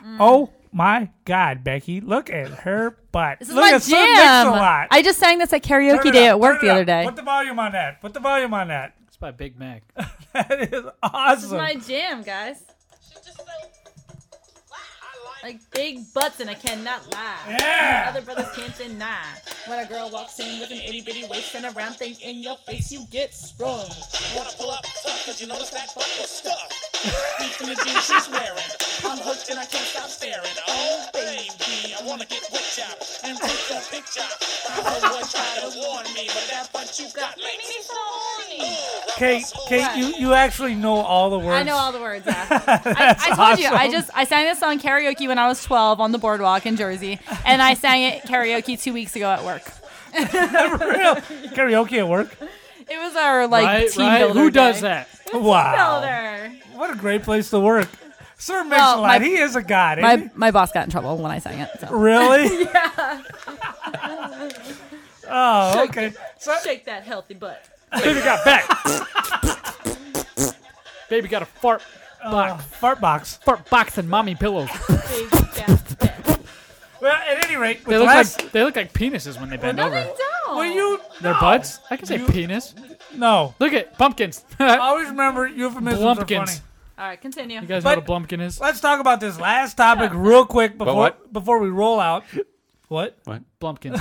I: Mm.
A: Oh my God, Becky! Look at her butt.
I: This is
A: look
I: my
A: at Sir
I: jam.
A: Mix-a-Lot.
I: I just sang this at
A: Turn
I: karaoke
A: it
I: day
A: up,
I: at work
A: turn
I: the
A: it
I: other
A: up.
I: day.
A: Put the volume on that. Put the volume on that. [laughs]
B: It's by Big Mac.
A: That is
I: This is
A: awesome.
I: my jam, guys. Like big butts and I cannot lie.
A: Yeah.
I: Other brothers can't deny. When a girl walks in with an itty bitty waist and a round thing in your face, you get sprung.
N: Wanna pull up tough, cause you notice that butt is stuck. Deep in the jeans she's wearing. I'm hooked and I can't stop staring. Oh, baby, I wanna get with ya and take a picture. My boy tried to warn me, but that butt you got makes me so horny.
A: Kate, Kate, you, you actually know all the words.
I: I know all the words. Yeah. I,
A: That's
I: I told you.
A: [laughs]
I: I
A: awesome.
I: just I sang this song karaoke when I was 12 on the boardwalk in Jersey, and I sang it karaoke two weeks ago at work.
A: [laughs] karaoke at
I: [laughs]
A: work.
I: It was our like
B: Right,
I: team
B: right.
I: builder.
B: Who does
I: day.
B: that?
A: Wow,
I: Builder.
A: what a great place to work. Sir Mix-a-Lot,
I: Well, my-
A: he is a god. isn't
I: My my boss got in trouble when I sang it. so.
B: [laughs]
A: Really?
I: yeah.
A: he?
B: [laughs]
A: Oh,
I: Shake
A: okay.
I: it. Shake that healthy butt.
B: Baby got back. Baby got a fart
A: box. fart box.
B: Fart box and mommy pillows.
I: Big fat butt.
A: Well, at any rate, with
B: They look
A: last,
B: like they look like penises when they bend
I: No,
B: over.
I: they don't.
A: Will you?
B: Their butts? I can say penis.
A: No.
B: Look at pumpkins. [laughs]
A: Always remember euphemisms are
B: Blumpkins.
A: funny.
I: All right, continue.
B: You guys
A: But-
B: know what a blumpkin [laughs] is?
A: Let's talk about this last topic real quick before
H: what?
A: before we roll out. What?
H: What?
B: Blumpkin.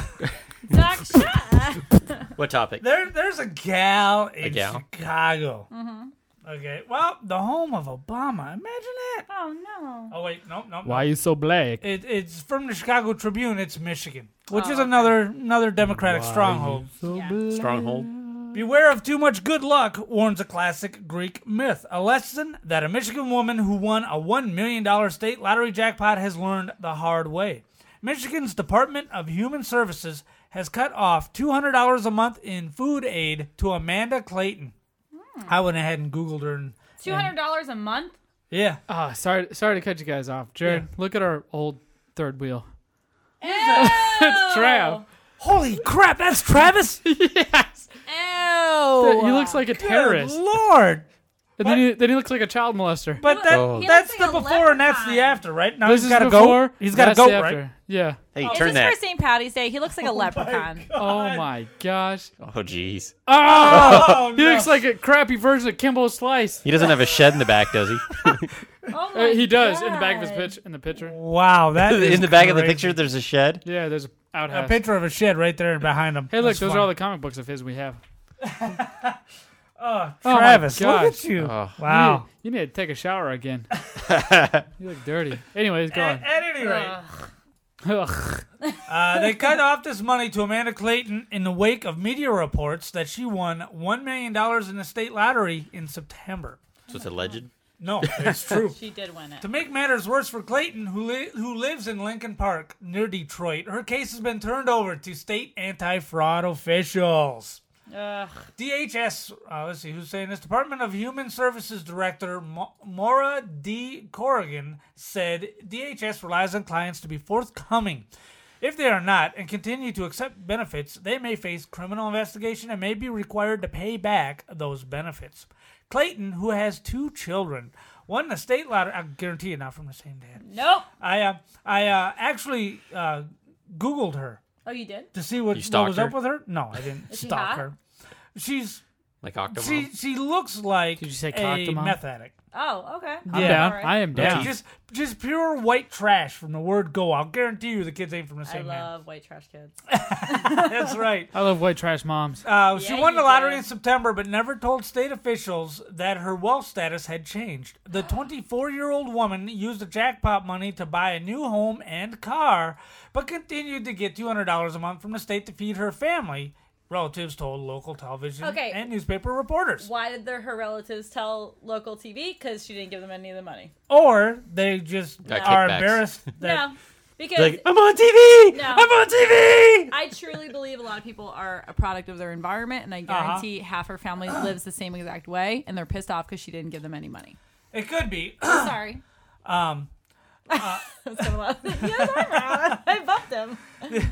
I: Doc, shut up.
H: What topic?
A: There, there's a gal in
H: gal?
B: Mm-hmm.
A: Chicago. Okay. Well, the home of Obama. Imagine that.
I: Oh no.
A: Oh wait, nope, nope.
B: Why are you so black?
A: It, it's from the Chicago Tribune. It's Michigan,
B: Oh,
A: which is another another Democratic
B: Why
A: stronghold.
H: Stronghold.
A: Beware of too much good luck, warns a classic Greek myth. A lesson that a Michigan woman who won a $1 million state lottery jackpot has learned the hard way. Michigan's Department of Human Services has cut off $200 a month in food aid to Amanda Clayton. I went ahead and Googled her. And,
I: Two hundred dollars a month.
A: Yeah.
B: Ah, sorry, sorry to cut you guys off, Jared. Look at our old third wheel. [laughs] it's Trav.
A: Holy crap, that's
B: [laughs]
A: Travis.
I: Ew.
B: he looks like a terrorist.
A: Lord.
B: And then he, then he looks like a child molester.
A: But that,
B: Oh.
A: that's the before and that's the after, right? Now he's got to go. He's got to go, right?
B: Yeah.
H: Hey,
I: Oh,
H: turn that.
I: this is for St. Patty's Day. He looks like a leprechaun. [laughs]
B: Oh
A: [laughs]
B: my gosh.
H: [laughs] Oh, jeez.
B: Oh, he looks like a crappy version of Kimbo Slice.
H: He doesn't have a shed in the back, does he?
I: Oh
B: Uh, he does in the back of his pitch in the picture.
H: [laughs]
A: Wow, that
H: [laughs] in
A: is
H: the back of the
A: crazy.
H: picture, there's a shed.
B: Yeah, there's a outhouse.
A: A picture of a shed right there behind him.
B: Hey, look,
A: That's
B: those
A: fun.
B: are all the comic books of his
A: [laughs]
B: we have.
A: Oh,
B: Oh my
A: Travis, look
B: gosh.
A: at you.
B: Oh.
A: Wow.
B: You need, you need to take a shower again. you look dirty. Anyways,
A: [laughs]
B: go
A: At,
B: on.
A: at any rate,
B: Ugh.
A: uh, they cut off this money to Amanda Clayton in the wake of media reports that she won $1 million in the state lottery in September.
H: So it's alleged.
A: No, [laughs] it's true.
I: She did win it.
A: To make matters worse for Clayton, who, li- who lives in Lincoln Park near Detroit, her case has been turned over to state anti fraud officials.
I: Ugh.
A: DHS, uh, let's see who's saying this. Department of Human Services Director Mo- Maura D. Corrigan said DHS relies on clients to be forthcoming. If they are not and continue to accept benefits, they may face criminal investigation and may be required to pay back those benefits. Clayton, who has two children, won the state lottery. I guarantee you, not from the same dad.
I: Nope.
A: I uh, I uh, actually uh, Googled her
I: Oh, you did.
A: to see what,
H: You
A: what
H: stalked
A: was
H: her?
A: up with her. No, I didn't
I: Is she
A: stalk
I: hot?
A: her. She's
H: Like Octomom?
A: She she looks like
B: you say
A: a
B: Octomom?
A: meth addict.
I: Oh, okay.
B: I'm down. I am down.
A: Just just pure white trash from the word go. I'll guarantee you the kids ain't from the
I: I
A: same man.
I: love white trash kids. [laughs]
A: That's right.
B: I love white trash moms.
I: [laughs]
A: Uh, she
I: Yeah,
A: won
I: you
A: the lottery
I: do.
A: in September, but never told state officials that her wealth status had changed.
I: [gasps]
A: The 24 year old woman used the jackpot money to buy a new home and car, but continued to get $200 a month from the state to feed her family, relatives told local television
I: Okay.
A: and newspaper reporters.
I: Why did their, her relatives tell local TV? Because she didn't give them any of the money.
A: Or they just
H: Got
A: are
H: kickbacks.
A: embarrassed
I: [laughs]
A: that
I: no, because
H: Like, I'm
B: [laughs]
H: on TV.
I: [laughs] No.
H: I'm on TV.
I: I truly believe a lot of people are a product of their environment, and I
H: Uh-huh.
I: guarantee half
H: [clears throat]
I: her family lives the same exact way, and they're pissed off because she didn't give them any money.
A: It could be.
I: Sorry.
A: Um,
I: [laughs] That's kind of [laughs] loud. yes, I'm loud. [laughs] I bumped him.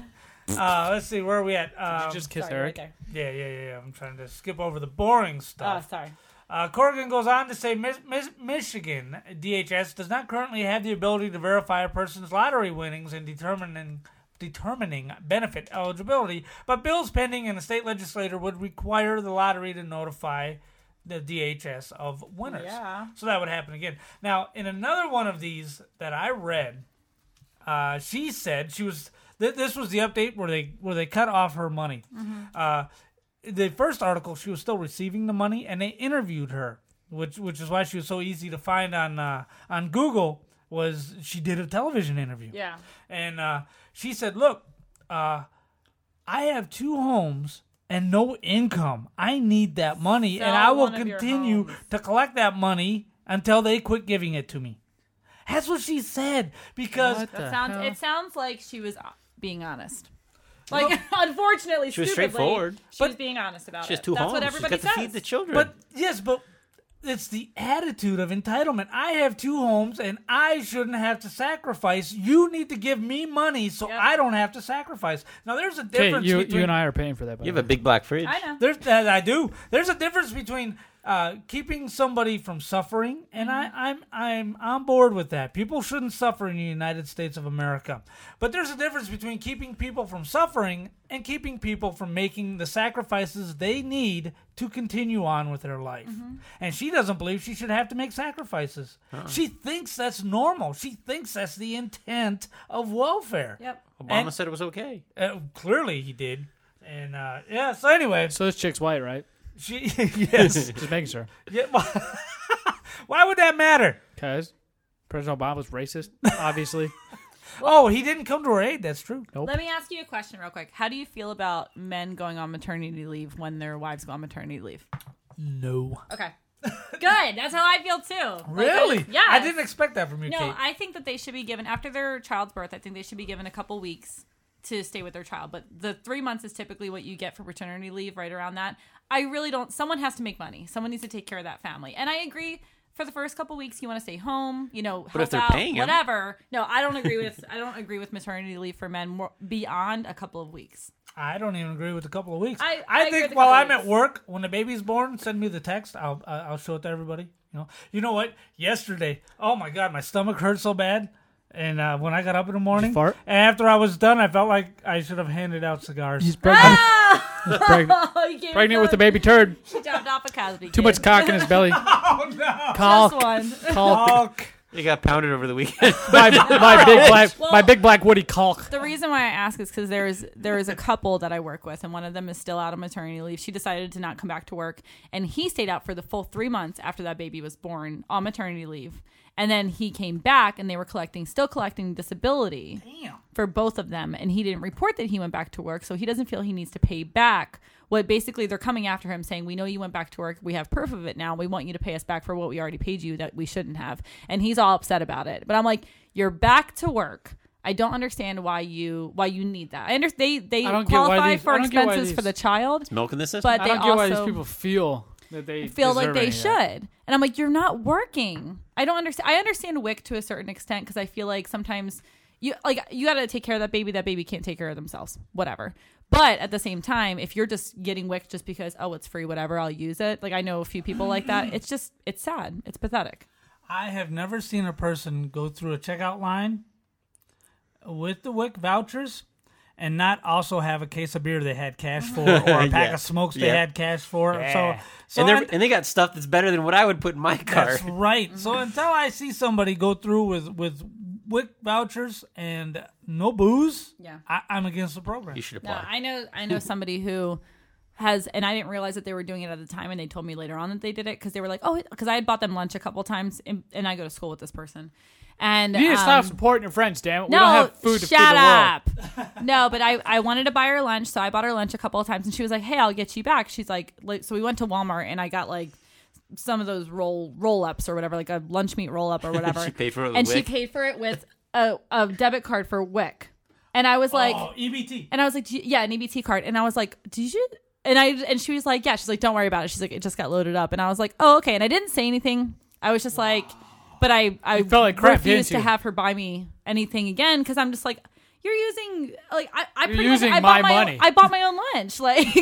A: uh, let's see, where are we at? Um,
B: just kiss
I: Sorry,
B: Eric?
I: right there.
A: yeah, yeah, yeah, yeah. I'm trying to skip over the boring
I: Oh,
A: stuff.
I: sorry.
A: Uh, Corrigan goes on to say Mis- Mis- Michigan DHS does not currently have the ability to verify a person's lottery winnings and determining determining benefit eligibility, but bills pending in the state legislature would require the lottery to notify the DHS of winners.
I: Yeah.
A: So that would happen again. Now, in another one of these that I read, uh, she said she was. Th- this was the update where they where they cut off her money. Uh, the first article, she was still receiving the money, and they interviewed her, which which is why she was so easy to find on uh, on Google. Was she did a television interview?
I: Yeah.
A: and uh, she said, "Look, uh, I have two homes." And no income. I need that money, and
I: Sell
A: I will
I: one of your
A: continue
I: homes.
A: to collect that money until they quit giving it to me. That's what she said. Because
B: What the
I: It sounds.
B: hell?
I: It sounds like she was uh, being honest. Like, [laughs] unfortunately,
H: She was
I: stupidly,
H: straightforward.
I: She
A: But-
I: was being honest about
H: She has
I: it.
H: two
I: That's
H: homes.
I: what
H: She's
I: everybody
H: got to
I: says.
H: feed the children.
A: But yes, but it's the attitude of entitlement. I have two homes and I shouldn't have to sacrifice. You need to give me money so I don't have to sacrifice. Now there's a
B: Okay,
A: difference
B: you,
A: between
B: you and I are paying for that. By
H: you have
B: the
H: a
B: way.
H: big black fridge.
I: I know.
A: there's that I do. There's a difference between uh, keeping somebody from suffering, and I, I'm I'm on board with that. People shouldn't suffer in the United States of America, but there's a difference between keeping people from suffering and keeping people from making the sacrifices they need to continue on with their life. And she doesn't believe she should have to make sacrifices. She thinks that's normal. She thinks that's the intent of welfare.
I: Yep.
H: Obama
A: And-
H: said it was okay.
A: Uh, clearly, he did. And uh, yeah. So anyway,
B: So this chick's white, right?
A: She [laughs] yes.
B: Just making sure.
A: Yeah. why- [laughs] Why would that matter?
B: Because President Obama's racist, obviously.
A: Oh, he didn't come to her aid. That's true.
I: Let me ask you a question real quick. How do you feel about men going on maternity leave when their wives go on maternity leave?
A: No. [laughs]
I: Okay. Good. That's how I feel too. Like,
A: Really?
I: I- yes.
A: I didn't expect that from you,
I: No,
A: Kate.
I: I think that they should be given after their child's birth. I think they should be given a couple weeks to stay with their child. But the three months is typically what you get for paternity leave, right around that. I really don't. Someone has to make money. Someone needs to take care of that family, and I agree. For the first couple weeks, you want to stay home, you know, help
H: But if they're
I: out,
H: paying 'em.
I: whatever. No, I don't agree with [laughs] I don't agree with maternity leave for men more, beyond a couple
A: [laughs]
I: of weeks.
A: I don't even agree with a couple of weeks.
I: I- I agree with
A: think
I: a
A: while
I: couple
A: I'm
I: of
A: at work, when the baby's born, send me the text. I'll I- I'll show it to everybody. You know, you know what? Yesterday, oh my god, my stomach hurt so bad, and uh, when I got up in the morning,
B: fart?
A: and after I was done, I felt like I should have handed out cigars. He's
B: pregnant.
I: He's pregnant.
A: Oh,
I: You gave
B: Pregnant with
I: another-
B: a baby turd.
I: She dropped off a Cosby.
B: Too much
I: kid.
B: cock in his [laughs] belly.
A: oh no!
B: Caulk.
I: Just
B: [laughs]
I: one.
B: Caulk.
H: It got pounded over the [laughs] weekend.
B: my, my big black,
I: Well-
B: my big black Woody caulk.
I: [laughs] The reason why I ask is because there is there is a couple that I work with, and one of them is still out on maternity leave. She decided to not come back to work, and he stayed out for the full three months after that baby was born on maternity leave, and then he came back, and they were collecting still collecting disability for both of them, and he didn't report that he went back to work, so he doesn't feel he needs to pay back. What basically they're coming after him saying, "We know you went back to work. We have proof of it now. We want you to pay us back for what we already paid you that we shouldn't have." And he's all upset about it. But I'm like, "You're back to work." I don't understand why you why you need that. I understand they they
B: I don't get why
I: qualify
B: these-
I: for
B: I don't get why
I: expenses
B: these-
I: for the child.
H: It's milking the system.
I: But
B: I
I: they
B: don't get why these
I: also-
B: people feel that they
I: feel like
B: deserve
I: they
B: any of
I: should.
B: that.
I: And I'm like, you're not working. I don't understand. I understand WIC to a certain extent because I feel like sometimes you like you got to take care of that baby. That baby can't take care of themselves. Whatever. But at the same time, if you're just getting WIC just because oh it's free, whatever, I'll use it. Like I know a few people like that. It's just it's sad. It's pathetic.
A: I have never seen a person go through a checkout line with the WIC vouchers and not also have a case of beer they had
H: [laughs]
A: cash for or a pack
H: Yeah.
A: of smokes they
H: Yep.
A: had cash for.
H: Yeah.
A: So, so
H: and,
A: un-
H: they're- and they got stuff that's better than what I would put in my car.
A: That's
H: [laughs]
A: right. So until I see somebody go through with with WIC vouchers and no booze,
I: Yeah.
A: I, I'm against the program. You
H: should
I: No, I know I know somebody who has and I didn't realize that they were doing it at the time and they told me later on that they did it because they were like, "Oh, cuz I had bought them lunch a couple times and, and I go to school with this person." And
B: You need to stop
I: um,
B: supporting your friends, damn it.
I: no,
B: we don't have food to feed
I: shut
B: the world.
I: up. [laughs] no, but I, I wanted to buy her lunch, so I bought her lunch a couple of times, and she was like, "Hey, I'll get you back." She's like, like so we went to Walmart, and I got like some of those roll roll ups or whatever, like a lunch meat
B: [laughs]
I: roll up or whatever.
H: She paid for it with
I: and she
H: Wick?
I: paid for it with a, a debit card for Wick, and I was like,
A: Oh, EBT.
I: and I was like, "Do you- yeah, an EBT card. And I was like, did you? And I and she was like, yeah. She's like, don't worry about it. She's like, it just got loaded up. And I was like, oh, okay. And I didn't say anything. I was just like, but I I
B: felt like crap,
I: refused
B: didn't
I: to
B: you?
I: have her buy me anything again because I'm just like. You're using like I, I
B: You're
I: pretty much-
B: using
I: I bought
B: my
I: own-
B: money."
I: I bought my own lunch,
B: [laughs]
I: like [laughs]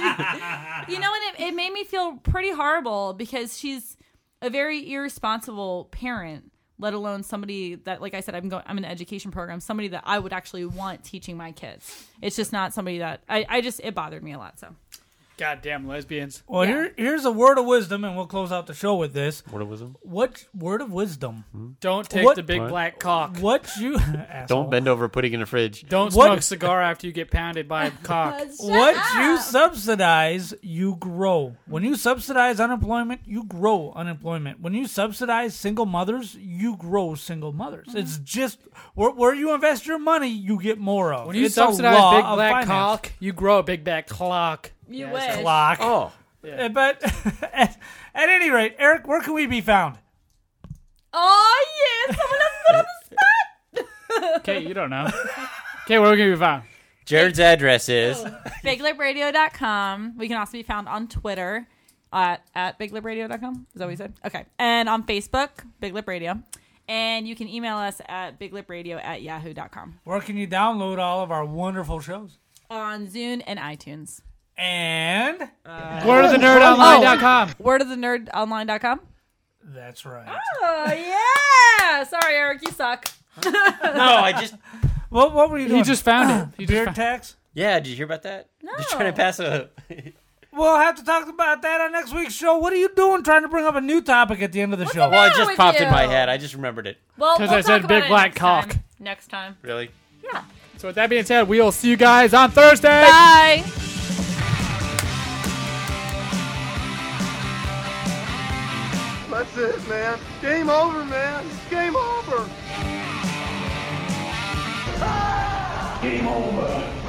I: you know, and it, it made me feel pretty horrible because she's a very irresponsible parent, let alone somebody that, like I said, I'm going, I'm in an education program, somebody that I would actually want teaching my kids. It's just not somebody that I, I just it bothered me a lot. So
B: Goddamn lesbians.
A: Well, here here's a word of wisdom, and we'll close out the show with this.
H: Word of wisdom?
A: What word of wisdom?
B: Don't take
A: What-
B: the big
H: What?
B: black cock.
A: What you [laughs]
H: Don't bend over putting in the fridge.
B: Don't
A: What-
B: smoke a cigar after you get pounded by
I: [laughs]
B: a cock.
A: what you subsidize, you grow. When you subsidize unemployment, you grow unemployment. When you subsidize single mothers, you grow single mothers. It's just where, where you invest your money, you get more of.
B: When you
A: It's a law
B: subsidize big
A: of
B: black
A: finance.
B: cock, you grow a big black clock.
I: You
B: Yes.
I: wish.
A: clock.
H: Oh.
A: Uh, But [laughs] at, at any rate, Eric, where can we be found?
I: Oh yeah, someone else put on
B: Okay, you
I: [laughs]
B: don't know. Okay, where are we gonna be found?
H: Jared's address
I: [laughs]
H: is.
I: biglipradio.com. We can also be found on Twitter at, at biglipradio.com. Is that what you said? Okay. And on Facebook, Big Lip Radio. And you can email us at biglipradio at yahoo.com
A: Where can you download all of our wonderful shows?
I: on Zune and iTunes.
A: And
B: Wordofthenerdonline.com.
I: Oh, wordofthenerdonline.com.
A: That's right.
I: Oh, yeah. Sorry, Eric, you suck. no,
H: I just.
A: What, what were you
B: He
A: doing?
B: just found it. He just
A: Beer
B: found-
A: tax?
H: Yeah, did you hear about that? No. They're trying to pass a. [laughs]
A: We'll have to talk about that on next week's show. What are you doing trying to bring up a new topic at the end of the show?
H: well, it just popped in my head. I just remembered it.
I: Well,
B: 'Cause we'll I said talk about big it black next cock. time.
I: Next time.
H: Really?
I: Yeah.
B: So with that being said, we'll see you guys on Thursday.
I: Bye.
C: That's it, man. Game over, man. It's game over.
N: Game over.